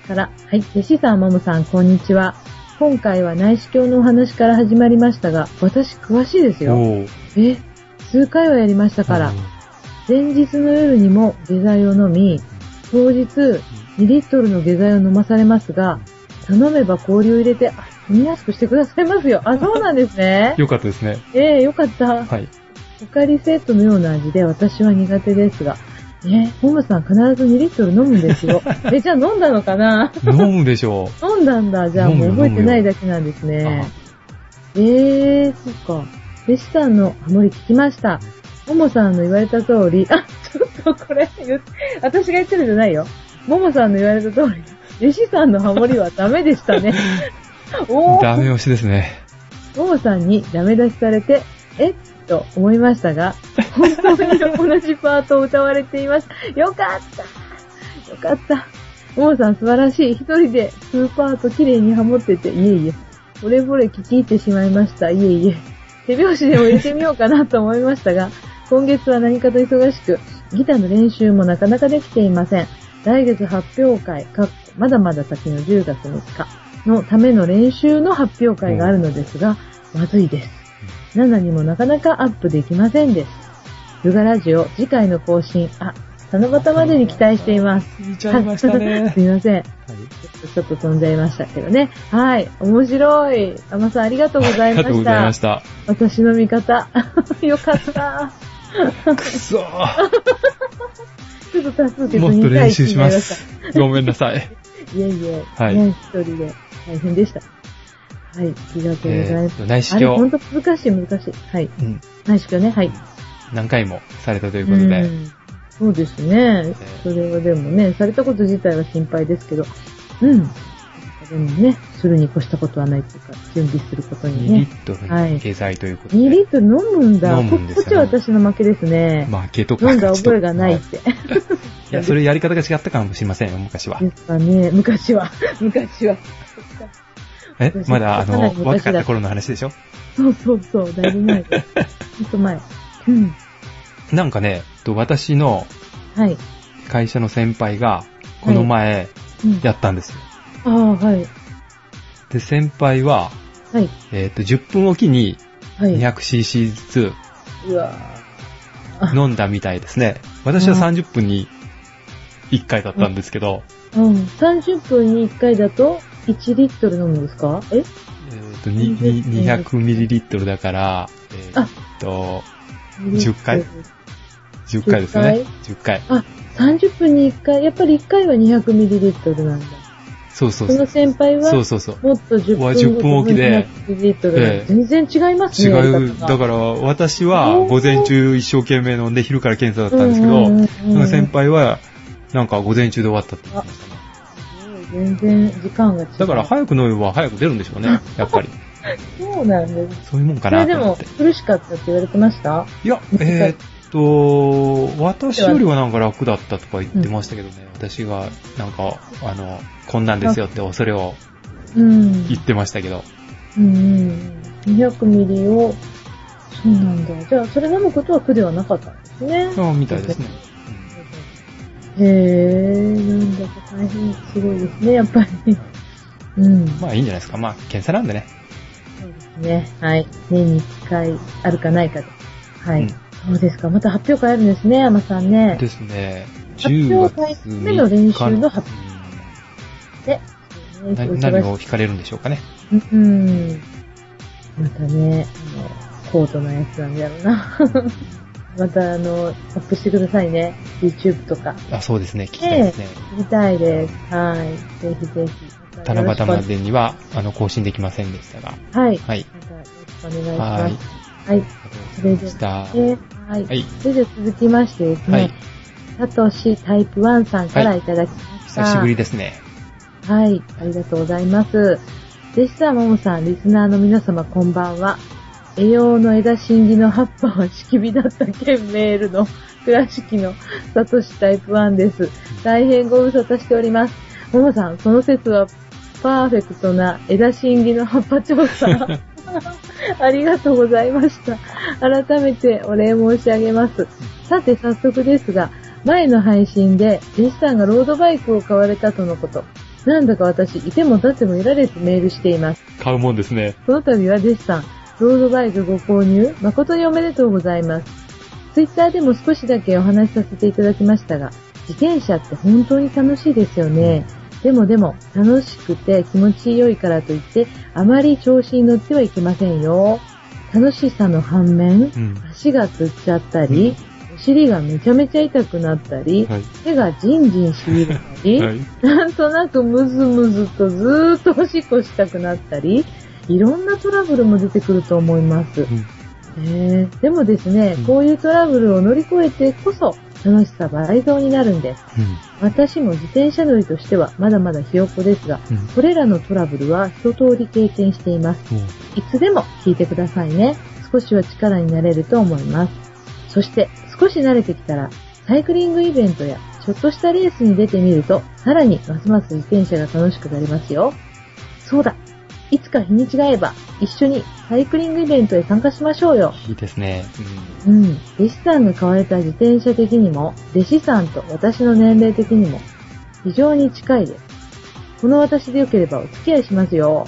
から、はい、シさん、ももさん、こんにちは。今回は内視鏡のお話から始まりましたが、私詳しいですよ。
おー
え、数回はやりましたから
うん、。
前日の夜にも下剤を飲み、当日2リットルの下剤を飲まされますが、頼めば氷を入れて、あ飲みやすくしてくださいますよ。あ、そうなんですね
(laughs) よかったですね。
ええよかった。 (laughs)
はい。
ポカリセットのような味で私は苦手ですが、ね、ホムさん必ず2リットル飲むんで
(laughs)
すよ。え、じゃあ飲んだのかな
飲むでしょ
飲んだんだ。じゃあもう覚えてないだけなんです
う。
ね。えー、そっか。弟子さんのハモリ聞きました。ももさんの言われた通り、あ、ちょっとこれ、言っ私が言ってるんじゃないよ。ももさんの言われた通り、弟子さんのハモリはダメでし
(laughs)
たね。お
ダ
ー
メ押しですね。
ももさんにダメ出しされて、えっと思いましたが、本当に同じパートを歌われています。よかったよかった。ももさん素晴らしい。一人で2パート綺麗にハモってて、いえいえ。惚れ惚れ聞き入ってしまいました。いえいえ。手拍子でも入れてみようかなと思いましたが、今月は何かと忙しく、ギターの練習もなかなかできていません。来月発表会、かっこまだまだ先の10月3日のための練習の発表会があるのですが、まずいです。7にもなかなかアップできませんです。ルガラジオ、次回の更新、あ、七夕までに期待しています。
見ちゃいましたね
(laughs) す。いません。
はい
ちょっと飛んじゃいましたけどね。はい。面白い。あまさんありがとうござ
あ
い
り
ま
がとう
し
ござい
た
ま。した。
私の味方。 (laughs) よかった。
くそー
ちょっと多 (laughs) 数決
もっと
2対
練習
1に
し
な
ま
りまし
す。ごめんなさい。
た。いえいえ。
はい
ね一人で大変でした。はい。ありがとうございま
えー
す。
と内視
あれ、ほん
鏡、
と難しい、難しい。はい。
うん、
内視鏡ね。はい。
何回もされたということで、
うんそうですね。それはでもね、されたこと自体は心配ですけど、うん。でもね、するに越したことはないというか、準備することに
2リ
ね。
ットル
はい
の下剤ということで、
2リットル飲むんだ。
飲むんですよ
こっちは私の負けですね。
まあ、毛とか
飲んだ覚えがないっ
い
て。
や、それやり方が違ったかもしれませんよ、昔は。
ですかね。昔は。昔は。
え
私
まだ、あ
かなり
の、
昔だ
若かった頃の話でしょ
そうそうそう。だいぶ前です。ちょっと前。うん。
なんかね、と私の
はい。
会社の先輩が、この前、
うん、
やったんですよ。
ああ、はい。
で、先輩は、
はい。
えっ、と、10分おきに
はい。
200cc ずつ
うわあ
飲んだみたいですね。私は30分に1回だったんですけど、
ぁうん。30分に1回だと、1リットル飲むんですかえ
えーと、にに 200ml だから、えーっと、10回10回ですよね。10回。
あ、30分に1回、やっぱり1回は 200ml なんだ。
そうそう
そ
そ
の
う。
先輩は、
そうそうそう。
もっと10
わ
分
10分おきで
200ml
ええ
全然違います
違
ね。
う。だから、私は
おー
午前中一生懸命飲んで昼から検査だったんですけ
うん
ど、
うんうんうん
その先輩は、なんか午前中で終わったって言ってましたね。
全然時間が違う。
だから、早く飲めば早く出るんでしょうね。やっぱり。
そうなんです。
そういうもんか
そ
な
れ
と
で
思っ
も
て。
苦しかったって言われてました
いや、えーっと、私よりはなんか楽だったとか言ってましたけどね。私が、なんか、あの、こんなんですよって恐れを
うん。
言ってましたけど。
うんうん。200ミリを、そうなんだ。じゃあ、それ飲むことは苦ではなかったんですね。
そうみたいですね。
へえ、なんだか大変すごいですね、やっぱり。 (laughs) うん。
まあいいんじゃないですか。まあ、検査なんでね。
そうですね。はい。年に1回あるかないかで。はい。
うん
そうですか。また発表会あるんですね、山さんね。
ですね。
発表会目の練習の発で、そう
うんな
ねお忙しい
何を惹かれるんでしょうかね。
うん。またね、あの、高度なやつなんだろうな。 (laughs) また、あの、アップしてくださいね。YouTube とか。
あ、そうですね。聞きたいですね。
見たいです。はい。ぜひぜひ。また
七
よろ
夕
しくお願
ま
い
でには、あの、更新できませんでしたが。
はい。
はい。
またよろしくお願いし
は
ま
い
す。はい。
ありがと
そう
ござ
れ
い
で
ました。
ではい。
はい
それでは続きましてです
はい
ね、。サトシタイプ1さんからいただきました。
久しぶりですね。
はい、ありがとうございます。でしたら、ももさん、リスナーの皆様、こんばんは。栄養の枝真偽の葉っぱは仕切りだった件メールの倉敷のサトシタイプ1です。大変ご無沙汰しております。ももさん、その説はパーフェクトな枝真偽の葉っぱ調査。 (laughs) ありがとうございました。改めてお礼申し上げます。さて早速ですが、前の配信で、弟子さんがロードバイクを買われたとのこと。なんだか私、いても立ってもいられずメールしています。
買うもんですね。
その度は弟子さん、ロードバイクご購入、誠におめでとうございます。ツイッターでも少しだけお話しさせていただきましたが、自転車って本当に楽しいですよね。でもでも、楽しくて気持ち良いからといって、あまり調子に乗ってはいけませんよ。楽しさの反面
う、ん。
足がつっちゃったり、お尻がめちゃめちゃ痛くなったり、
はい。
手がジンジンしびれた
(laughs)
り、
はい。
なんとなくムズムズとずーっとおしっこしたくなったり、いろんなトラブルも出てくると思います。
うん
えーでもですね、
うん
こういうトラブルを乗り越えてこそ、楽しさ倍増になるんです。私も自転車乗りとしてはまだまだひよっこですが、
うん。
これらのトラブルは一通り経験しています。
うん。も
いつでも聞いてくださいね。少しは力になれると思います。そして、少し慣れてきたら、サイクリングイベントや、ちょっとしたレースに出てみると、さらにますます自転車が楽しくなりますよ。そうだ。いつか日にちが合えば、一緒にサイクリングイベントへ参加しましょうよ。
ういいですね。
うん。弟子さんが買われた自転車的にも、弟子さんと私の年齢的にも、非常に近いです。この私で良ければお付き合いしますよ。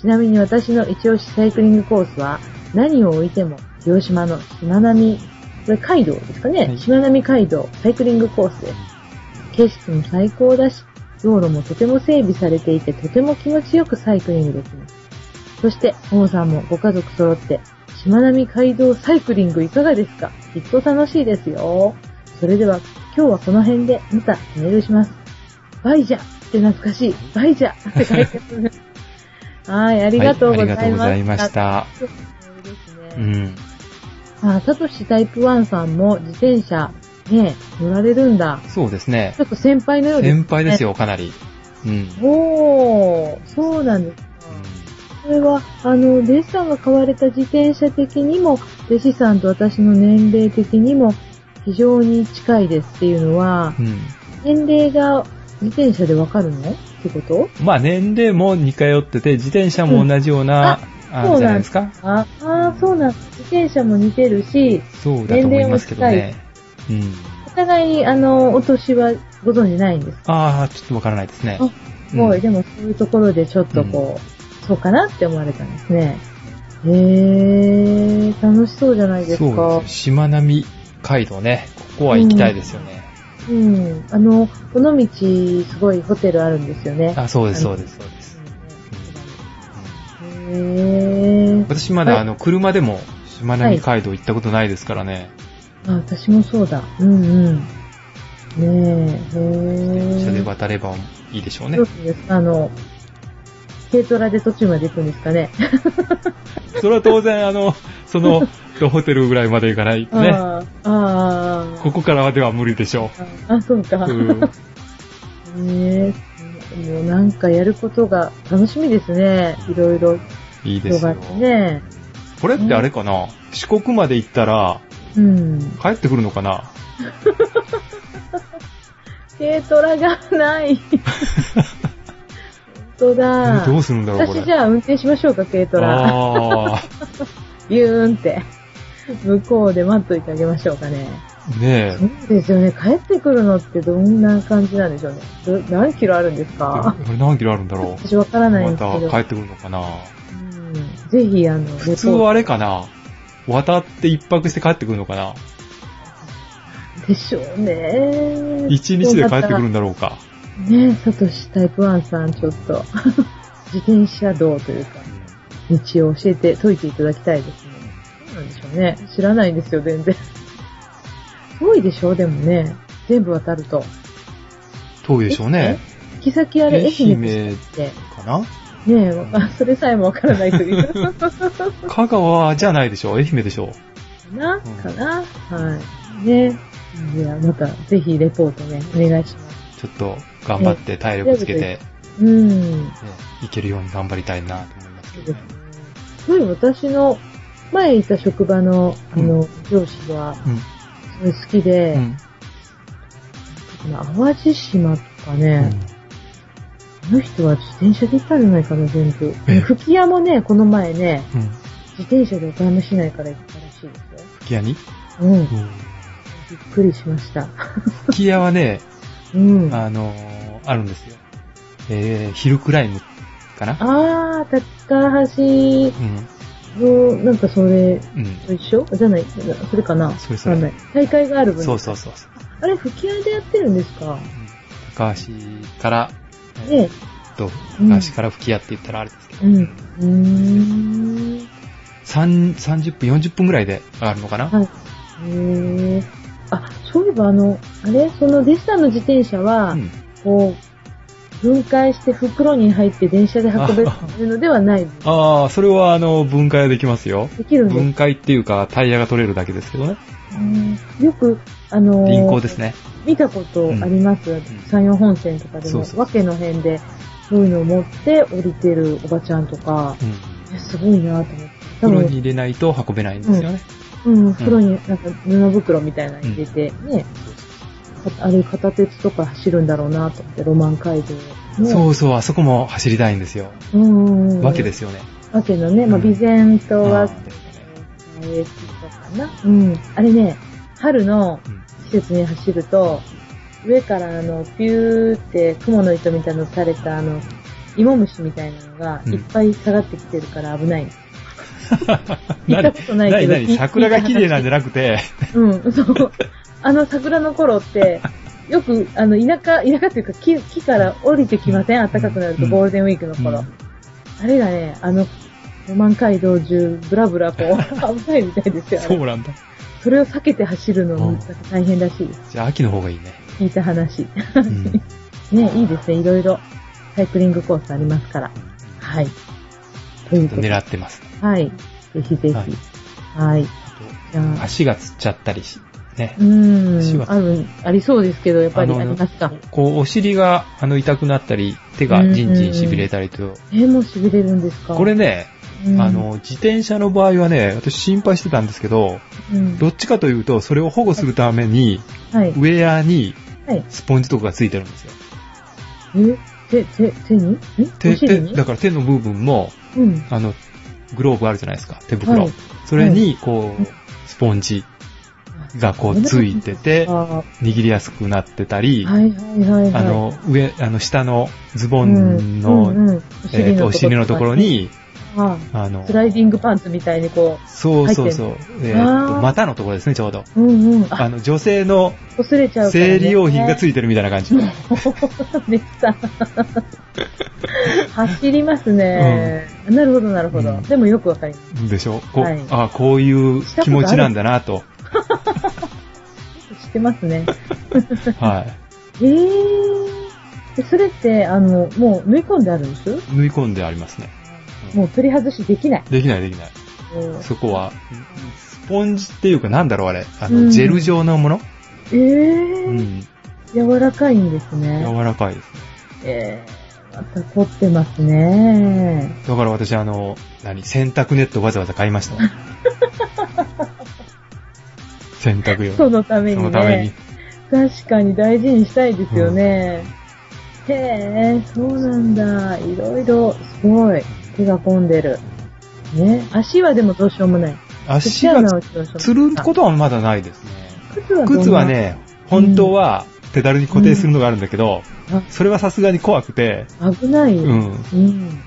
ちなみに私の一押しサイクリングコースは、何を置いても、広島のしまなみ、これ街道ですか
は
ね
い。
しまなみ街道サイクリングコースです。景色も最高だし、道路もとても整備されていて、とても気持ちよくサイクリングできます。そして、ももさんもご家族揃って、しまなみ街道サイクリングいかがですかきっと楽しいですよ。それでは、今日はこの辺で、またメールします。バイジャって懐かしい。バイジャって書いてある。
(laughs)
はい、あ
う
り
ん。
がとうござ
は
います。
ありがとうございました。
そうですね。
うん。
あ、サトシタイプ1さんも自転車、ね、乗られるんだ。
そうですね
ち。ょっと先輩のようですね。
先輩ですよ、かなり。うん。
おー、そうなんですか。これは、あの、弟子さんが買われた自転車的にも、弟子さんと私の年齢的にも、非常に近いですっていうのは、
うん。うん
年齢が自転車でわかるのってこと
まあ年齢も似通ってて、自転車も同じような、あ
そうなん
じゃないですか。
ああー、そうなんです。自転車も似てるし、
そうだと思いますけどね。うん。
お互いに、あの、お年はご存知ないんですか
ああ、ちょっとわからないですね。
あもう、
うん
でもそういうところでちょっとこう、そうかなって思われたんですね。へえー、楽しそうじゃないですか。
そうです。しまなみ海道ね。ここは行きたいですよね。
うん。あの、この道、すごいホテルあるんですよね。
あ、そうです、
あ
そ
の
うです、そうです。
へぇー。
私まだ
はい
あの、車でも、しまなみ海道行ったことないですからね。
あ、私もそうだ。うんうん。ねえ、へ
電車で
ぇー。
渡ればいいでしょうね
どう。するんですかあの、軽トラで途中まで行くんですかね。
それは当然あ
(laughs)
の、その、ホテルぐらいまで行かないとね。
あーあー。
ここからでは無理でしょ
ああ、そうか。
う。うん。
ねえ。もうなんかやることが楽しみですね。いろいろ
いいです
広が
よ
っ。てね。
これってあれかな四国まで行ったら、
うん。
帰ってくるのかな
軽トラがない。本当だ。
どうするんだろう、これ。
私じゃあ運転しましょうか、軽トラ。
ああ。
ビューンって。向こうで待っといてあげましょうかね。
ね
そうですよね。帰ってくるのってどんな感じなんでしょうね。ど何キロあるんですか
え。これ何キロあるんだろう
私わからないん
ま
です
た
けど。
帰ってくるのかな
うん、ぜひ、あの、
普通はあれかな渡って一泊して帰ってくるのかな
でしょうね。
一日で帰ってくるんだろうか。
ねサトシタイプワンさん、ちょっと、 (laughs) 自転車道というか、道を教えて、解いていただきたいですね。どうなんでしょうね。知らないんですよ、全然。遠いでしょう、でもね。全部渡ると。
遠いでしょうね。
行き先あれ、
愛媛
愛媛でしたっ
かな
けねえあ、それさえもわからないという。
香川じゃないでしょ愛媛でしょ
かな、かなはい。ねいや、また、ぜひ、レポートね、お願いします。
ちょっと頑張って体力つけて、
えうん。
ねいけるように頑張りたいなと思いますけどね。
すごい私の前いた職場のあの、
う
上司は
うん。
すごい好きで、
うん。
この淡路島とか
う
ね
ん、
あの人は自転車で行ったんじゃないかな、全部
え。
吹屋もね、この前ね、
うん。
自転車で岡山市内から行ったらしいですよ。
吹き屋に
うん。びっ
うん
くりしま
(laughs)
した。
吹き屋はね、
うん。あ
あのーあるんですよ。えー、ヒルクライムかな
あー、高
うん。
橋の、なんかそれ、
うん。
と一緒じゃない、それかな。
それそれ
わかんない大会がある分。
そうそうそうそう。
あれ、吹き合いでやってるんですか
うん高橋から、えー
ね
っと、
うん
高橋から吹き屋って言ったらあれですけど、
うん。うーん。
三30分、40分ぐらいで上がるのかな
はい。へえ。あ、そういえばあの、あれそのデスタの自転車は、
うん。
こう、分解して袋に入って電車で運べるのではない。
ああ、それはあの、分解はできますよ。
できるんで
分解っていうか、タイヤが取れるだけですけどね。
すね。よく、あのー
輪行ですね。
見たことあります。山陽本線とかで
そ
も
う、そう
わけの辺で、そういうのを持って降りてるおばちゃんとか、
うん。
えすごいなと思って。多
袋に
分、
入れないと運べないんですよね。
うん、袋になんか布袋みたいなの入れて、ね、あれ片鉄とか走るんだろうなと思って、ロマン街道の。
そうそう、あそこも走りたいんですよ。
うんうんうん。。
わけですすよね。
わけのね、まあ、
うん
備前とは、
うん
えーとかな。うん。あれね、春の
うん
季節に走ると、上からあの、ピューって雲の糸みたいなの垂れたあの、芋虫みたいなのが
うん
いっぱい下がってきてるから危ない。行ったことないけ
何
ど
何桜が綺麗なんじゃなくて、
うん、そう。あの桜の頃って、よく、あの、田舎、田舎っていうか木、木から降りてきません暖かくなると、
うん
ゴールデンウィークの頃。
うん
あれがね、あの、ロマン街道中、ブラブラこ
(laughs)
う、危ないみたいですよ。あ
そ
れ
うなんだ。
それを避けて走るの
う
も
ん
大変らしいです。
じゃあ秋の方がいいね。
聞いた話。 (laughs)
うん
ね、いいですね。いろいろ、サイクリングコースありますから。はい。ということで。
狙ってます。
はい。ぜひぜひ。
は
はいい。じゃあ、
足がつっちゃったりし、ね。
う
足
ー
は
ん。ある、ありそうですけど、やっぱり
あの
ありますか。
こう、お尻が、あの、痛くなったり、手がジンジン痺れたりと。
え、もう痺れるんですか
これ、ね、
うん
あ、の、自転車の場合はね、私心配してたんですけど、
うん
どっちかというと、それを保護するために、
はい。
ウェアに
はい。
スポンジとかがついてるんですよ。
え、手、手、手にえお
手、
尻
手、
に
だから手の部分も、
うん。
あの、グローブあるじゃないですか、手袋。
はい
それに、こ
うん
う、スポンジがこうついてて、
あ
握りやすくなってた
ー
り、
はいはいはいはい。
あの、上、あの、下のズボ
う
ン
ん、
の、
うんうん
えっ、と、お尻のところ、に、
あ
あの
ー、スライディングパンツみたいにこ
そうそうそう、えっ、と、
あー
股のところですね、ちょうど。
う、うんうん、
あ
あ、
の、女性の
擦れちゃうからね。
生理用品がつ
い
い
(laughs)
てるみたいな感じ。
てできた。 (laughs) 走りますね。なるほどなるほ
う
ど
ん。
でもよくわかります。
でしょこう、
はい
あこういう気持ちなんだなと。
知ってますね。
は
えー。でそれって、あの、もう縫い込んであるんです
い。縫い込んでありますね。
もう取り外しできない。
できないできない。
うん
そこは、スポンジっていうかなんだろうあれ。あ
う
の、
ん
ジェル状のもの、
え
う
ー、
ん、
柔らかいんですね。
柔らかいですね。
えー、また凝ってますね。
だから私あの、何洗濯ネットわざわざ買い
(laughs)
ましたわ。洗濯用。
そのためにね。
そのために。
確かに大事にしたいですよね。へえ、そうなんだ。いろいろ、すごい。手が込んでる。ね。足はでもどうしようもない。
足がつることはまだないですね。
靴はどんな
靴は、ね、本当はペダルに固定するのがあるんだけど、それはさすがに怖くて、
あ危ない。
う
うん。
ん、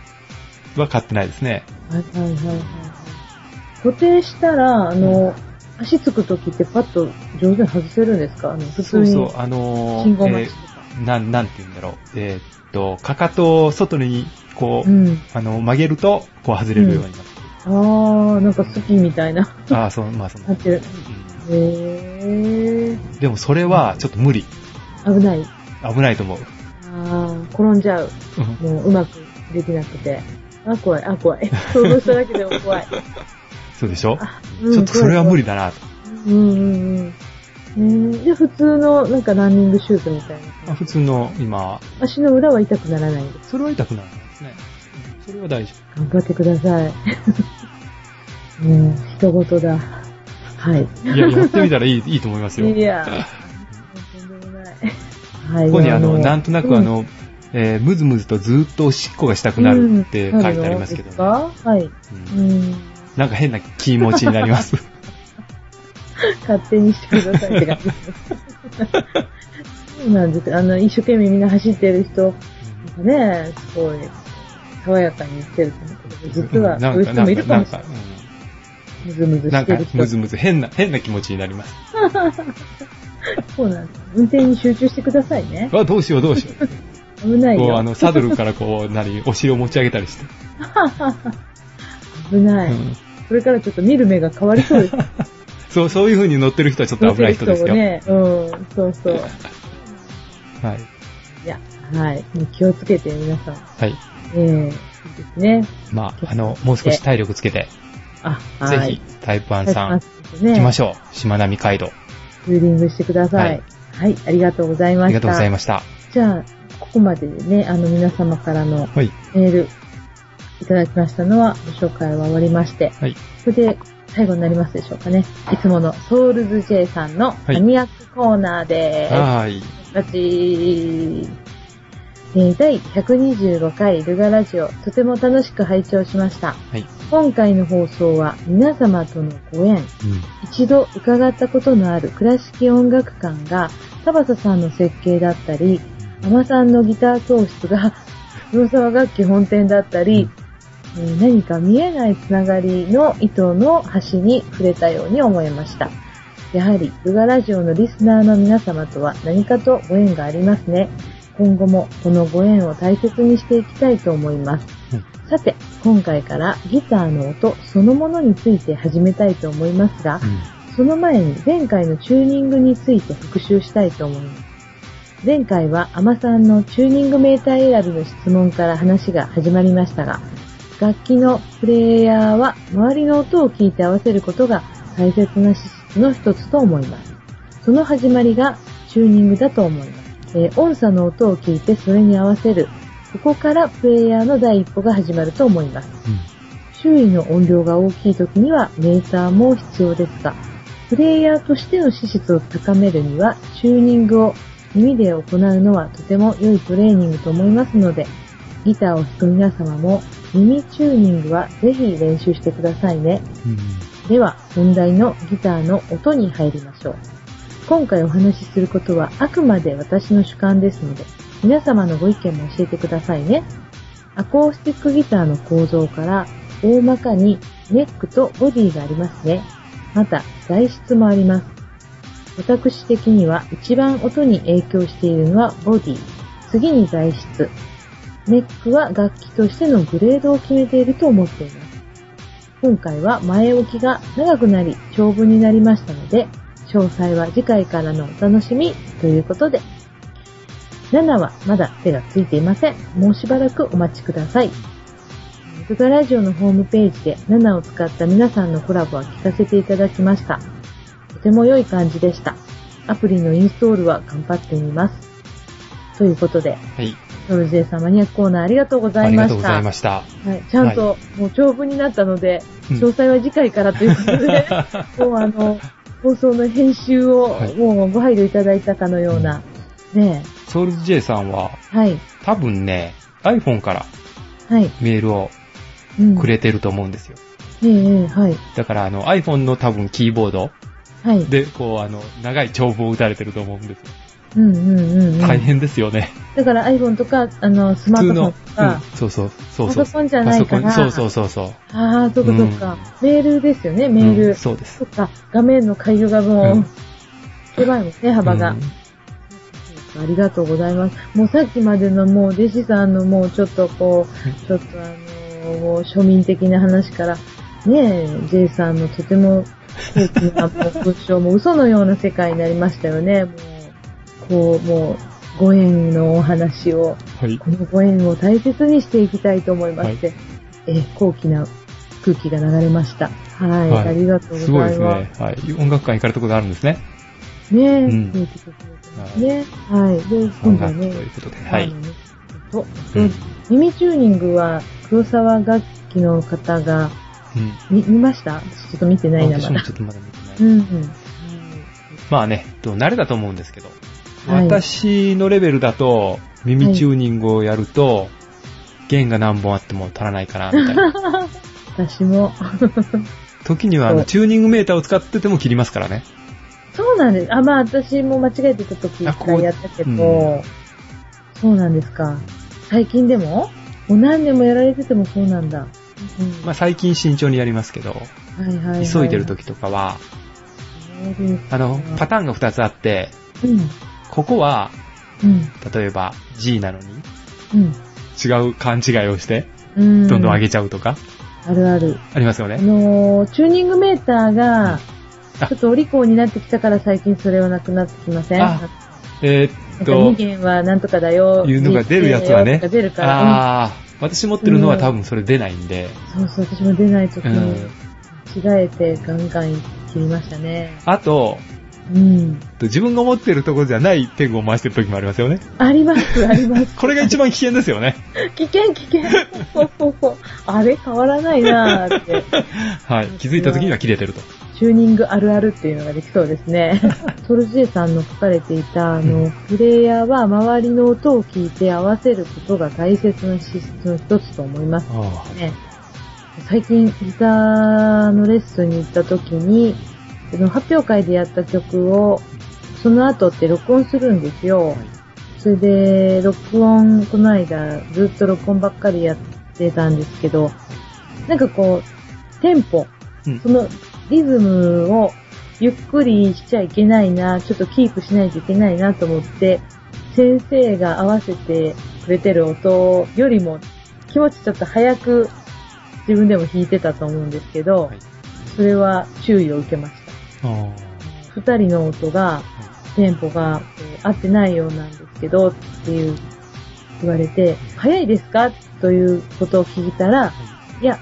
は買ってないですね。
はいはいはいはい。固定したら、あの、足つくときってパッと上手に外せるんですかあの、普通
そう
に
そう、あの
信号
ー、
待
え
ちとか。
ーなん、なんて言うんだろう。えーっと、かかとを外に、こう、
うん。
あの、曲げると、こう外れるようになる。
あー、なんか好きみたいな。
ああ、そう、まあその、
なってる。
う
へー。
んでもそれは、ちょっと無理。
危ない。
危ないと思う。
あー、転んじゃう。
うん
もううまくできなくて。あ、怖い、あ、怖い。想像しただけでも怖い。
そうでしょ
あ
ちょっとそれは無。理だなと。
うんうんうん。えー、じゃあ普通のなんかランニングシューズみたい
あ
な。
普通の、今、
足の裏は痛くならないんです。
それは痛くならないですね。うんそれは大丈
頑張ってください。 (laughs) うん、人事だ。はい。
夫。いや、やってみたらいい、いいと思いますよ。
い
こ
や、とんでもない。はい。
こにあの、
じゃ
なんとなくあ、の、えー、むずむずとずっとおしっこがしたくなるって書いてありますけどね。
ね。はい。
うん
うん。
なんか変な気持ちになり
(laughs)
ます。
勝手にしてくださいって感じです。 (laughs) そうなんです。あの、一生懸命みんな走ってる人、なんかね、すごい、爽やかに言ってると思うけど、実は、
な
そうい
んか、
う人
な
も
ん
い
か、
るか
なん
もしれ
か、
ない。
う
むずむず
んな
し
ん
て
か
る、人。
むずむず、変な、変な気持ちになります。
そうなんです。運転に集中してくださいね。
あ、どうしよう、どうしよう。
危ない
こう、
よ。
あの、サドルからこう、なに、お尻を持ち上げたりして。
危ない、
うん
これからちょっと見る目が変わ
(laughs)
りそうです。
そう、そういう風に乗ってる人はちょっと危ない人ですよ。
見てる人もね。うん、そうそう。
はい。
いや、はい。もう気をつけて、皆さん。
はい。
ええいいですね。
まあ、あの、もう少し体力つけて、
あ、は
ぜ
い。
ひ、タイプ1さ
さ
ん、
ん、ね、
行きま
ょ
しょう。しまなみ海道。
う。ツーリングしてくださ
はい
い。はい、ありがとうござい
あ
ました。
りがとうございました。
じゃあ、ここまででね、あの、皆様からの
はい。
メールいただきましたのは、ご紹介は終わりまして、
はい。
それで最後になりますでしょうかね。いつものソウルズ J さんのマニアックコーナーです。
はーい。
ラジえー第125回ルガラジオ、とても楽しく拝聴しました。
はい。
今回の放送は皆様とのご縁、一度伺ったことのある倉敷音楽館が田畑さんの設計だったり、天さんのギター教室が黒沢楽器本店だったり、えー何か見えないつながりの糸の端に触れたように思いました。やはり、ルガラジオのリスナーの皆様とは何かとご縁がありますね。今後もこのご縁を大切にしていきたいと思います。
うん
さて、今回からギターの音そのものについて始めたいと思いますが、その前に前回のチューニングについて復習したいと思います。前回はアマさんのチューニングメーター選びの質問から話が始まりましたが、楽器のプレイヤーは周りの音を聞いて合わせることが大切な資質の一つと思います。その始まりがチューニングだと思います。えー音差の音を聞いてそれに合わせる。ここからプレイヤーの第一歩が始まると思います。周囲の音量が大きい時にはメーターも必要ですが、プレイヤーとしての資質を高めるには、チューニングを耳で行うのはとても良いトレーニングと思いますので、ギターを弾く皆様も耳チューニングはぜひ練習してくださいね。では、本題のギターの音に入りましょう。今回お話しすることはあくまで私の主観ですので、皆様のご意見も教えてくださいね。アコースティックギターの構造から、大まかにネックとボディがありますね。また、材質もあります。私的には一番音に影響しているのはボディ。次に材質。ネックは楽器としてのグレードを決めていると思っています。今回は前置きが長くなり長文になりましたので、詳細は次回からのお楽しみということで、7はまだ手がついていません。もうしばらくお待ちください。ルガラジオのホームページで7を使った皆さんのコラボは聞かせていただきました。とても良い感じでした。アプリのインストールは頑張ってみます。ということで、
はい。
ソルジェイさんマニアックコーナーありがとうござ
あ
い
り
ま
がとう
し
ござい
た
ま。 (laughs) した。
はい、ちゃんと、もう長文になったので、
うん
詳細は次回からというこ
(laughs)
とで、もうあの、放送の編集を
はい、
もうご配慮いただいたかのような、ね
ソウルズ J さんは、
え、はい、
多分ね、iPhone から
はい、
メールを
うん
くれてると思うんですよ。
ええ、はい。
だから、あの、iPhone の多分キーボード
はい。
で、こう、あの、長い長文を打たれてると思うんです。
うんうんうん、うん。
大変ですよね。
だから iPhone とか、あの、スマ
普
ー
通
トフォ
の
ンと、
うん
か、、
そうそう、そうそう。
パソコンじゃないから
パソコンそうそうそうそう。
ああ、そういうことか。メールですよね、メール。
うんそうです。
そっか、画面の解除がもう、
うん
狭いもんね、幅が、
うん
ありがとうございます。もうさっきまでのもう、弟子さんのもうちょっと
(laughs)
こう、ちょっとあのもう庶民的な話から、ねえ、J さんのとても高貴なもう文章、もう嘘のような世界になりましたよね。もう、こう、もう、ご縁のお話を、
はい。
このご縁を大切にしていきたいと思いまして、えー高貴な空気が流れました。はい、
はい
ありがとうございます。
すごいですね。はい。音楽館行かれたことがあるんですね。
ねえ、
うん
聞いてくれてますね。はい。で、今
音
度は
楽と
ね、
いうことで。はい
あ。のと、
うん
耳チューニングは黒沢楽器の方が、
うん。
み見ましたちょっと見てないな、
私
ま
も
だ
ちょ。っとまだ見てない。
うんうん。
まあね、と慣れだと思うんですけど、
はい
私のレベルだと、耳チューニングをやると、弦が何本あっても足らないかな、みたいな。
私も。 (laughs)
時には、あ
そ
の、
う
チューニングメーターを使ってても切りますからね。
そうなんです。あ、まあ私も間違えてた時
あ
一
こう
回やったけど、
うん
そうなんですか。最近でももう何年もやられててもそうなんだ。うん
まあ、最近慎重にやりますけど、
はいはいはい
急いでる時とかは、
そうですね
あの、パターンが2つあって、
うん。
ここは、
うん。
例えば G なのに、
うん。
違う勘違いをして、
うん
どんどん上げちゃうとか、
あるある。
ありますよ
あ
ね。
のーチューニングメーターが、
あ
ちょっとお利口になってきたから最近それはなくなってきません
あえーっ
2
と、
弦はなんとかだよ。
いうのが出るやつはね
とか出るから。
ああ、私持ってるのは多分それ出ないんで、
うんそうそう、私も出ない時
うん
に間違えてガンガン切りましたね。
あと、
うん。
自分が持ってるところじゃないペグを回してる時もありますよね。
あります、あ
(laughs)
ります。
これが一番危険ですよ
(laughs)
ね。
危険、危険。ほほほあれ変わらないなーって。
はい。気づいた時には切れてると。
チューニングあるあるっていうのができそうで
(laughs)
すね。トルジェさんの書かれていた、あ
う
の
ん、
プレイヤーは周りの音を聞いて合わせることが大切な資質の一つと思います
あ
ね。最近ギターのレッスンに行った時に、その発表会でやった曲を、その後って録音するんですよ。それで、録音、この間、ずっと録音ばっかりやってたんですけど、なんかこう、テンポ、
うん
そのリズムをゆっくりしちゃいけないな、ちょっとキープしないといけないなと思って、先生が合わせてくれてる音よりも、気持ちちょっと早く自分でも弾いてたと思うんですけど、
はい
それは注意を受けました。
あー。
二人の音が、テンポがえー合ってないようなんですけど、っていう、言われて、早いですかということを聞いたら、いや、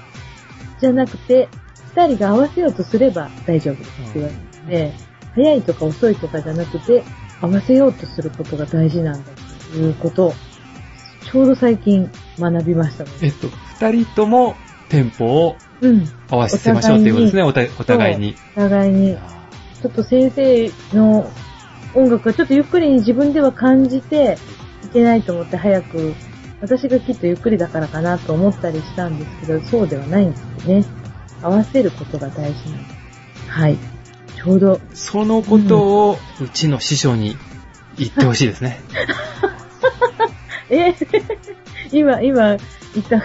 じゃなくて、二人が合わせようとすれば大丈夫ですって言われて、早いとか遅いとかじゃなくて、合わせようとすることが大事なんだということを、ちょうど最近学びましたので。
えっと、二人ともテンポを
うん。
合わせましょうっていうことですね、おたお互いに。
お互いにちょっと先生の音楽がちょっとゆっくりに自分では感じていけないと思って早く、私がきっとゆっくりだからかなと思ったりしたんですけど、そうではないんですよね。合わせることが大事なんです。はい。ちょうど、
そのことを、うちの師匠に言ってほしいですね。
え (laughs) ー今、今、言った、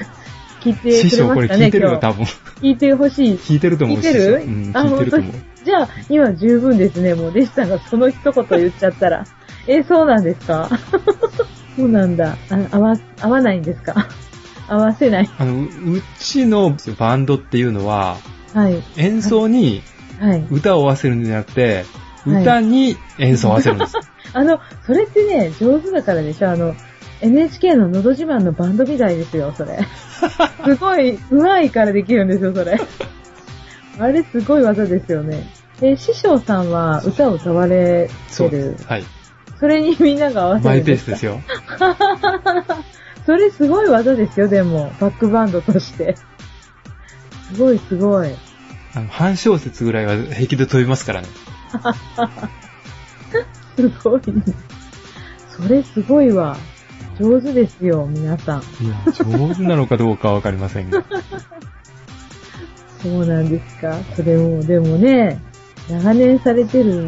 聞いてくれま
師
したね
匠これ聞いてる
今
よ、
日
多分。
聞いてほしい。
聞いてると思
聞
う
い
師
て
匠
る、
うん、
あ、
聞い
本
て
当
ると思う。
じゃあ、今十分ですね。もう、弟子さんがその一言言っちゃったら。 (laughs) え、そうなんですか (laughs) そうなんだ。あ合わ、合わないんですか (laughs) 合わせない。
あの、ううちのバンドっていうのは、
はい。
演奏に
はい。
歌を合わせるんじゃなくて、
はい
歌に演奏を合わせるん
(laughs)
です。
あの、それってね、上手だからでしょあの、NHK ののど自慢のバンドみたいですよ、そ
(laughs)
れ。すごい、上手いからできるんですよ、それ。あれ、すごい技ですよね。え、師匠さんは歌を歌われ
そ
て
うで
る
す。。はい。
それにみんなが合わせるんですか。
マイペースですよ。
それすごい技ですよ、でも。バックバンドとして。すごいすごい。
あの、半小節ぐらいは平気で飛びますからね。
すごい。それすごいわ。上手ですよ、皆さん。
いや、上手なのかどうかはわかりませんが。
そうなんですか。それも、でもね、長年されてる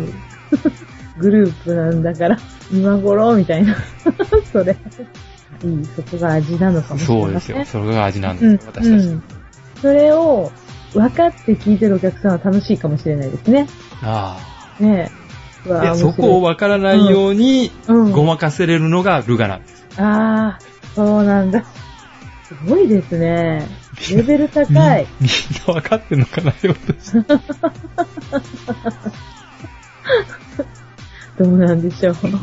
(laughs) グループなんだから、今頃、みたいな。 (laughs) それ。いい、そこが味なのかもしれ
そう
ま
です
せん。
よ。それが味なん
うん
です、私たち。
うん。それを分かって聞いてるお客さんは楽しいかもしれないですね。
あ
ねえ。う
あ。
わ
で、そこを分からないように、
うん
ごまかせれるのがルガなんです。
ああ、そうなんだ。すごいですね。レベル
みん
高い。
みんな分かってんのかな、よとして。
どうなんでしょう。うん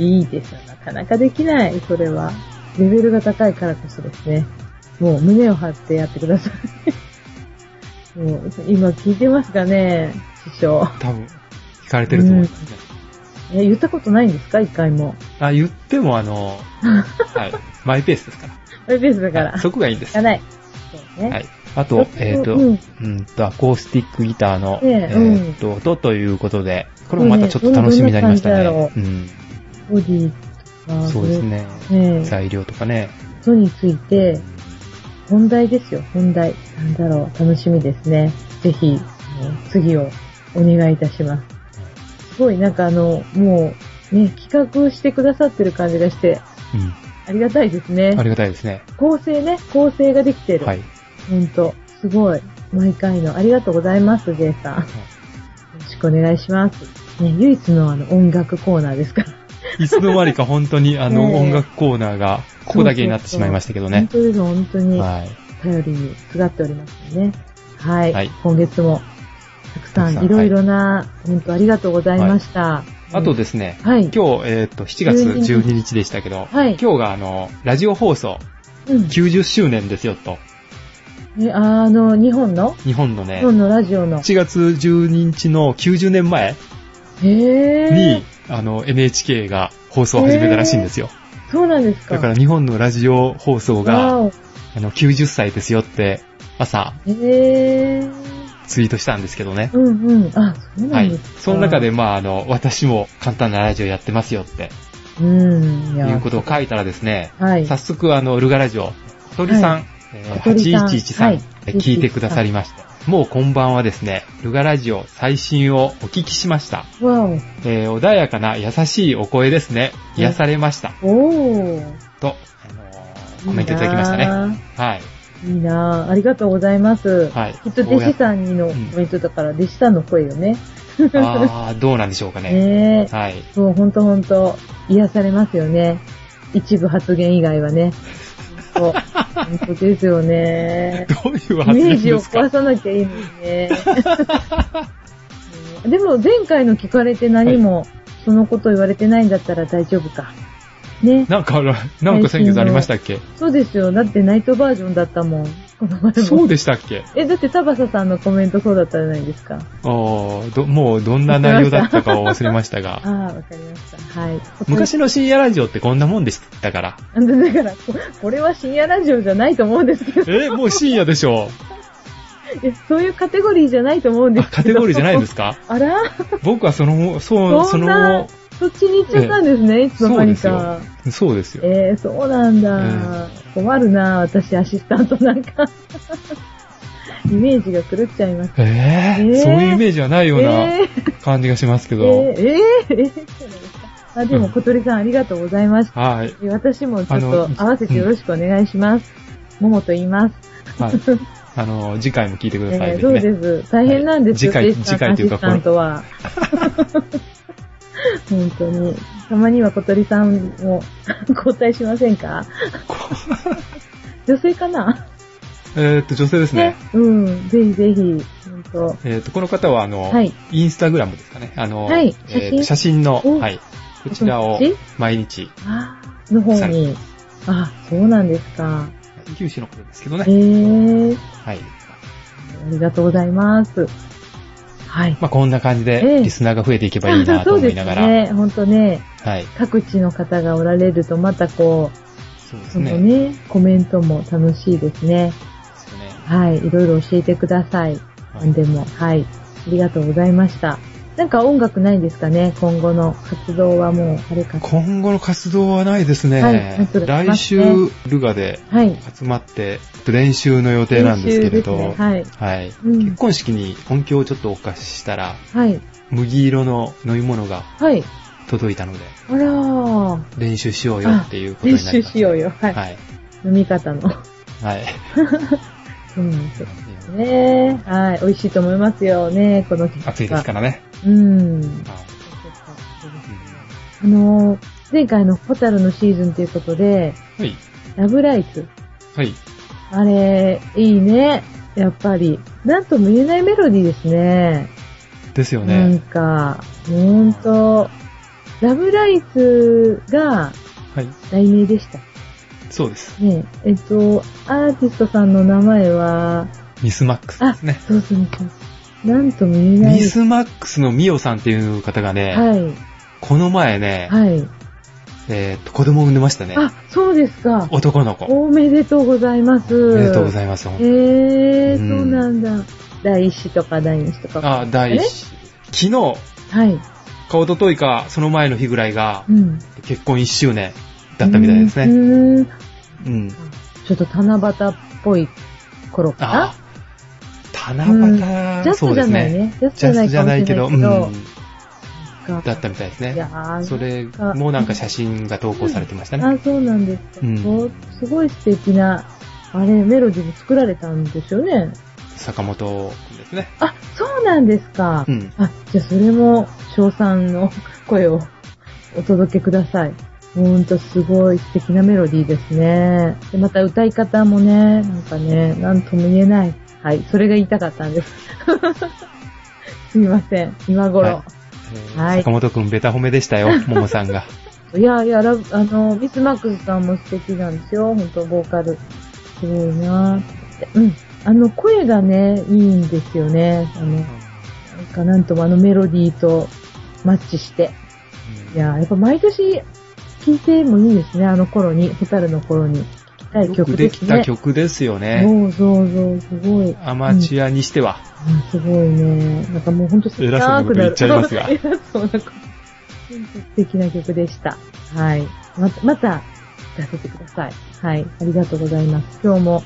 いいですよ。なかなかできない、それは。レベルが高いからこそですね。もう胸を張ってやってください。もう今聞いてますかね、師匠。
多分、聞かれてると思いますね。
え、言ったことないんですか一回も。
あ、言ってもあ
(laughs)
の、はい。マイペースですから。
マイペースだから。
そこがいいんです。
かない。そうね。
はい。あと、えっ、と、
うん
うんと、アコースティックギターの、
ええ
えっ、と、音ということで、これもまたちょっと楽しみになりましたね。
どんな感
うん。
ボディとか、
そうですね。
それ。ねえ
材料とかね。
ことについて、本題ですよ、本題。なんだろう、楽しみですね。ぜひ、あの次をお願いいたします。すごい、なんかあの、もう、ね、企画してくださってる感じがして、
うん。
ありがたいですね
あ。りがたいですね。
構成ね、構成ができてる。
はい。
ほんと、すごい。毎回の、ありがとうございます、J さん。よろしくお願いします。ね、唯一のあの、音楽コーナーですから。
いつの間にか本当に、あの、
ねえ
音楽コーナーが、ここだけになってしまいましたけどね。
そうそうそう本当です、本当に。
はい。
頼りにすがっておりますのでね。はい。
はい
今月も、たくさ
たくさ
ん
ん
いろいろな、本当ありがとうございました。
あと
で、
ですね、
はい。
今日、えっ、と、7月12日でしたけど、
はい
今日があの、ラジオ放送
日、
90周年ですよ、と。
うん、えあの、日本の
日本の
日
ね、
本のラジオの。
7月12日の90年前
へえ。
に、あの、NHK が放送を始めたらしいんですよ。
そうなんですか。
だから日本のラジオ放送が、
わお
あの、90歳ですよって、朝、
へえ。
ツイートしたんですけどね。
うんうん。あ、そう
は
なん
い
ですか。。
その中で、、まあ、あの、私も簡単なラジオやってますよって、
うん、い
い
や
うことを書いたらですね、
はい。
早速、あの、ルガラジオ、小鳥さん、えー
小鳥さん
8113さ
はい
ん、聞いてくださりました。もうこんばんはですね、ルガラジオ最新をお聞きしました。
わお。
えー穏やかな優しいお声ですね。癒されました。
おー。
と、あのーコメントいただきましたね。
いいな
(laughs)
ぁ
はい。
いいなぁ。ありがとうございます。
はい
きっと弟子さんにの
こう
コ
やっうん
メントだから、弟子さんの声よね。
あー、どうなんでしょうかね。
ねえ。
はい。
そう、ほんとほんと、癒されますよね。一部発言以外はね。ほんと、ほんとですよね。
どういう
イ
発
メー
言
ジを
ですか
壊さなきゃいいのにね。うんでも、前回の聞かれて何も、そのこと言われてないんだったら大丈夫か。ね。
なんかあら、なんか先月ありましたっけ
そうですよ。だってナイトバージョンだったもん。この前も。
そうでしたっけ
え、だってタバサさんのコメントそうだったじゃないですか。
おーど、もうどんな内容だったかを忘れました (laughs)
あ
が。
あ、わかりました。はい。
昔の深夜ラジオってこんなもんでした (laughs) から。
あのだから、こ (laughs) これは深夜ラジオじゃないと思うんですけど、
え、もう深夜でしょ
いやそういうカテゴリーじゃないと思うん
う。
で
あ、
すけど。。
カテゴリーじゃないんですすか
(laughs) あら
僕はその、そう、
そ
そ
んな
の、、
そっちに行っちゃったんですね、いつの
そ
間
うで
に
すよ
か。。
そうですよ。
えー、そうなんだ。困るな、私アシスタントなんか。 (laughs) イメージが狂っちゃいます。
えー
えー
そういうイメージはないような
えー
感じがしますけ
え
ど。
ー、えー、えー、そうなんですか。あ、でも小鳥さんありがとうございました。
はい。
私もちょっ
あ
と
の
合わせてよろしくお願いします。ももと言います。
はい。あの、次回も聞いてくださいで
えー
す
そう
ね。
です。大変なんですよ、
はい
ジェイ
次
さん
回
ア
次回とい
シ
うか
スタントは。 (laughs) 本当に。たまには小鳥さんも (laughs) 交代しませんか女性かな
えーっと、女性ですね。
うん。ぜひぜひ。本
えーっと、この方は、あの、
はい
インスタグラムですかね。あの、
はい
えーっと
写真
写真の、
お
はい。こちらを
こっち
毎日、
当。あーの方に。あ、そうなんですか。
九州のことですけど
へ
ね。
え。
はい。
ありがとうございます。はい。
まあ、こんな感じ
え
で、
え
リスナーが増えていけばいいなと
(laughs) そう
思
で
い
す
ながら。
ね。本当ね。
はい。
各地の方がおられるとまたこ
そうで
う、
す
その
ね。
ね、コメントも楽しいですね。
そうですね
はい、いろいろ教えてください。
はい
何でも。はい。ありがとうございました。なんか音楽ないんですかね今後の活動はもう、あれか。
今後の活動はないですね。
はい活動しま
来
す
週
ね、
ルガで
はい。
集まって、練習の予定なんですけれど、
練習ですねはい
はい。
うん
結婚式に音響をちょっとお貸ししたら、
はい。
麦色の飲み物が
はい。
届いたので、
あらー。
練習しようよっていうことに
練
なりました。
習しようよ。はい。
はい。
飲み方の。
はい。
そうなんですよね。はい。美味しいと思いますよね、この結果。
暑いですからね。
う
は
ん。
い
あのー、前回のホタルのシーズンということで、
はい。
ラブライツ。
はい。
あれ、いいね。やっぱり。なんとも言えないメロディーですね。
ですよ
なん
ね。
か、ほんと、ラブライツが
はい。
題名でした。
そうです。
ねえ、っと、アーティストさんの名前は、
ミスマックス
あ
ですね、。
そうそうそう。なんとも言えない。
ミスマックスのミオさんっていう方がね、
はい。
この前ね、
はい。
えーっと、子供を産んでましたね。
あ、そうですか。
男の子。
おめでとうございます。
おめでとうござ
い
います。本当に
えー、
うん
そうなんだ。第一子とか第二子とか。
あ、第一子。昨日、
はい。
顔とといか、その前の日ぐらいが
う、ん。
結婚1周年だったみたいですね。
うーん。
うん。
ちょっと七夕っぽい頃か
あ
な。
あ、
うん
七
ジャ
夕、
ス
そ
ト
う
じ
で
ゃ
す
ない
ね。
ね。ジャス
ジ
ト
ャスト
じ
じ
ゃ
ゃ
な
ないい
け
け
ど。
ど、
う
うんん。
か
だったみたいです
いや
ね。
ー
それもなんか写真が投稿されてましたね。
あ、そうなんです
う
か。
ん
そうすごい素敵な、あれ、メロディーも作られたんですよね。
坂本君ですね。
あ、そうなんですか。
うん
あ、じゃあそれも、翔さんの声を (laughs) お届けください。ほんとすごい素敵なメロディーですね。で、また歌い方もね、なんかね、なんとも言えない。はい、それが言いたかったんです。 (laughs) すみません、今頃。
はいえー
はい
坂本くんベタ褒めでした
(laughs)
よ、ももさんが。
いやいや、ラブ、あの、ミスマックスさんも素敵なんですよ。本当ボーカル。すごいなぁってうん。あの、声がね、いいんですよね。あの、なんか、なんともあのメロディーとマッチして。いやーやっぱ毎年聴いてもいいですね。あの頃に、ホタルの頃に。聴きたい
よく
曲
で
です
き
ね。
た曲ですよね。
そうそうそう、すごい。
アマチュアにしては。
うんすごいね。なんかもうほんと素敵
偉そうなこと言っちゃいますが
(laughs) 偉そうなこと。素敵な曲でした。はい。また、また、聞かせてください。はい。ありがとうございます。今日も、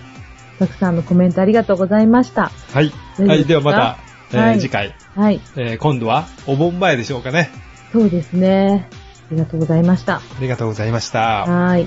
たくさんのコメントありがとうございました。
はい。
大丈夫ですか
はい、ではまた、えー
はい
次回、
はい。
えー今度はお盆前でしょうかね。
そうですね。ありがとうございました。
ありがとうございました。
はい。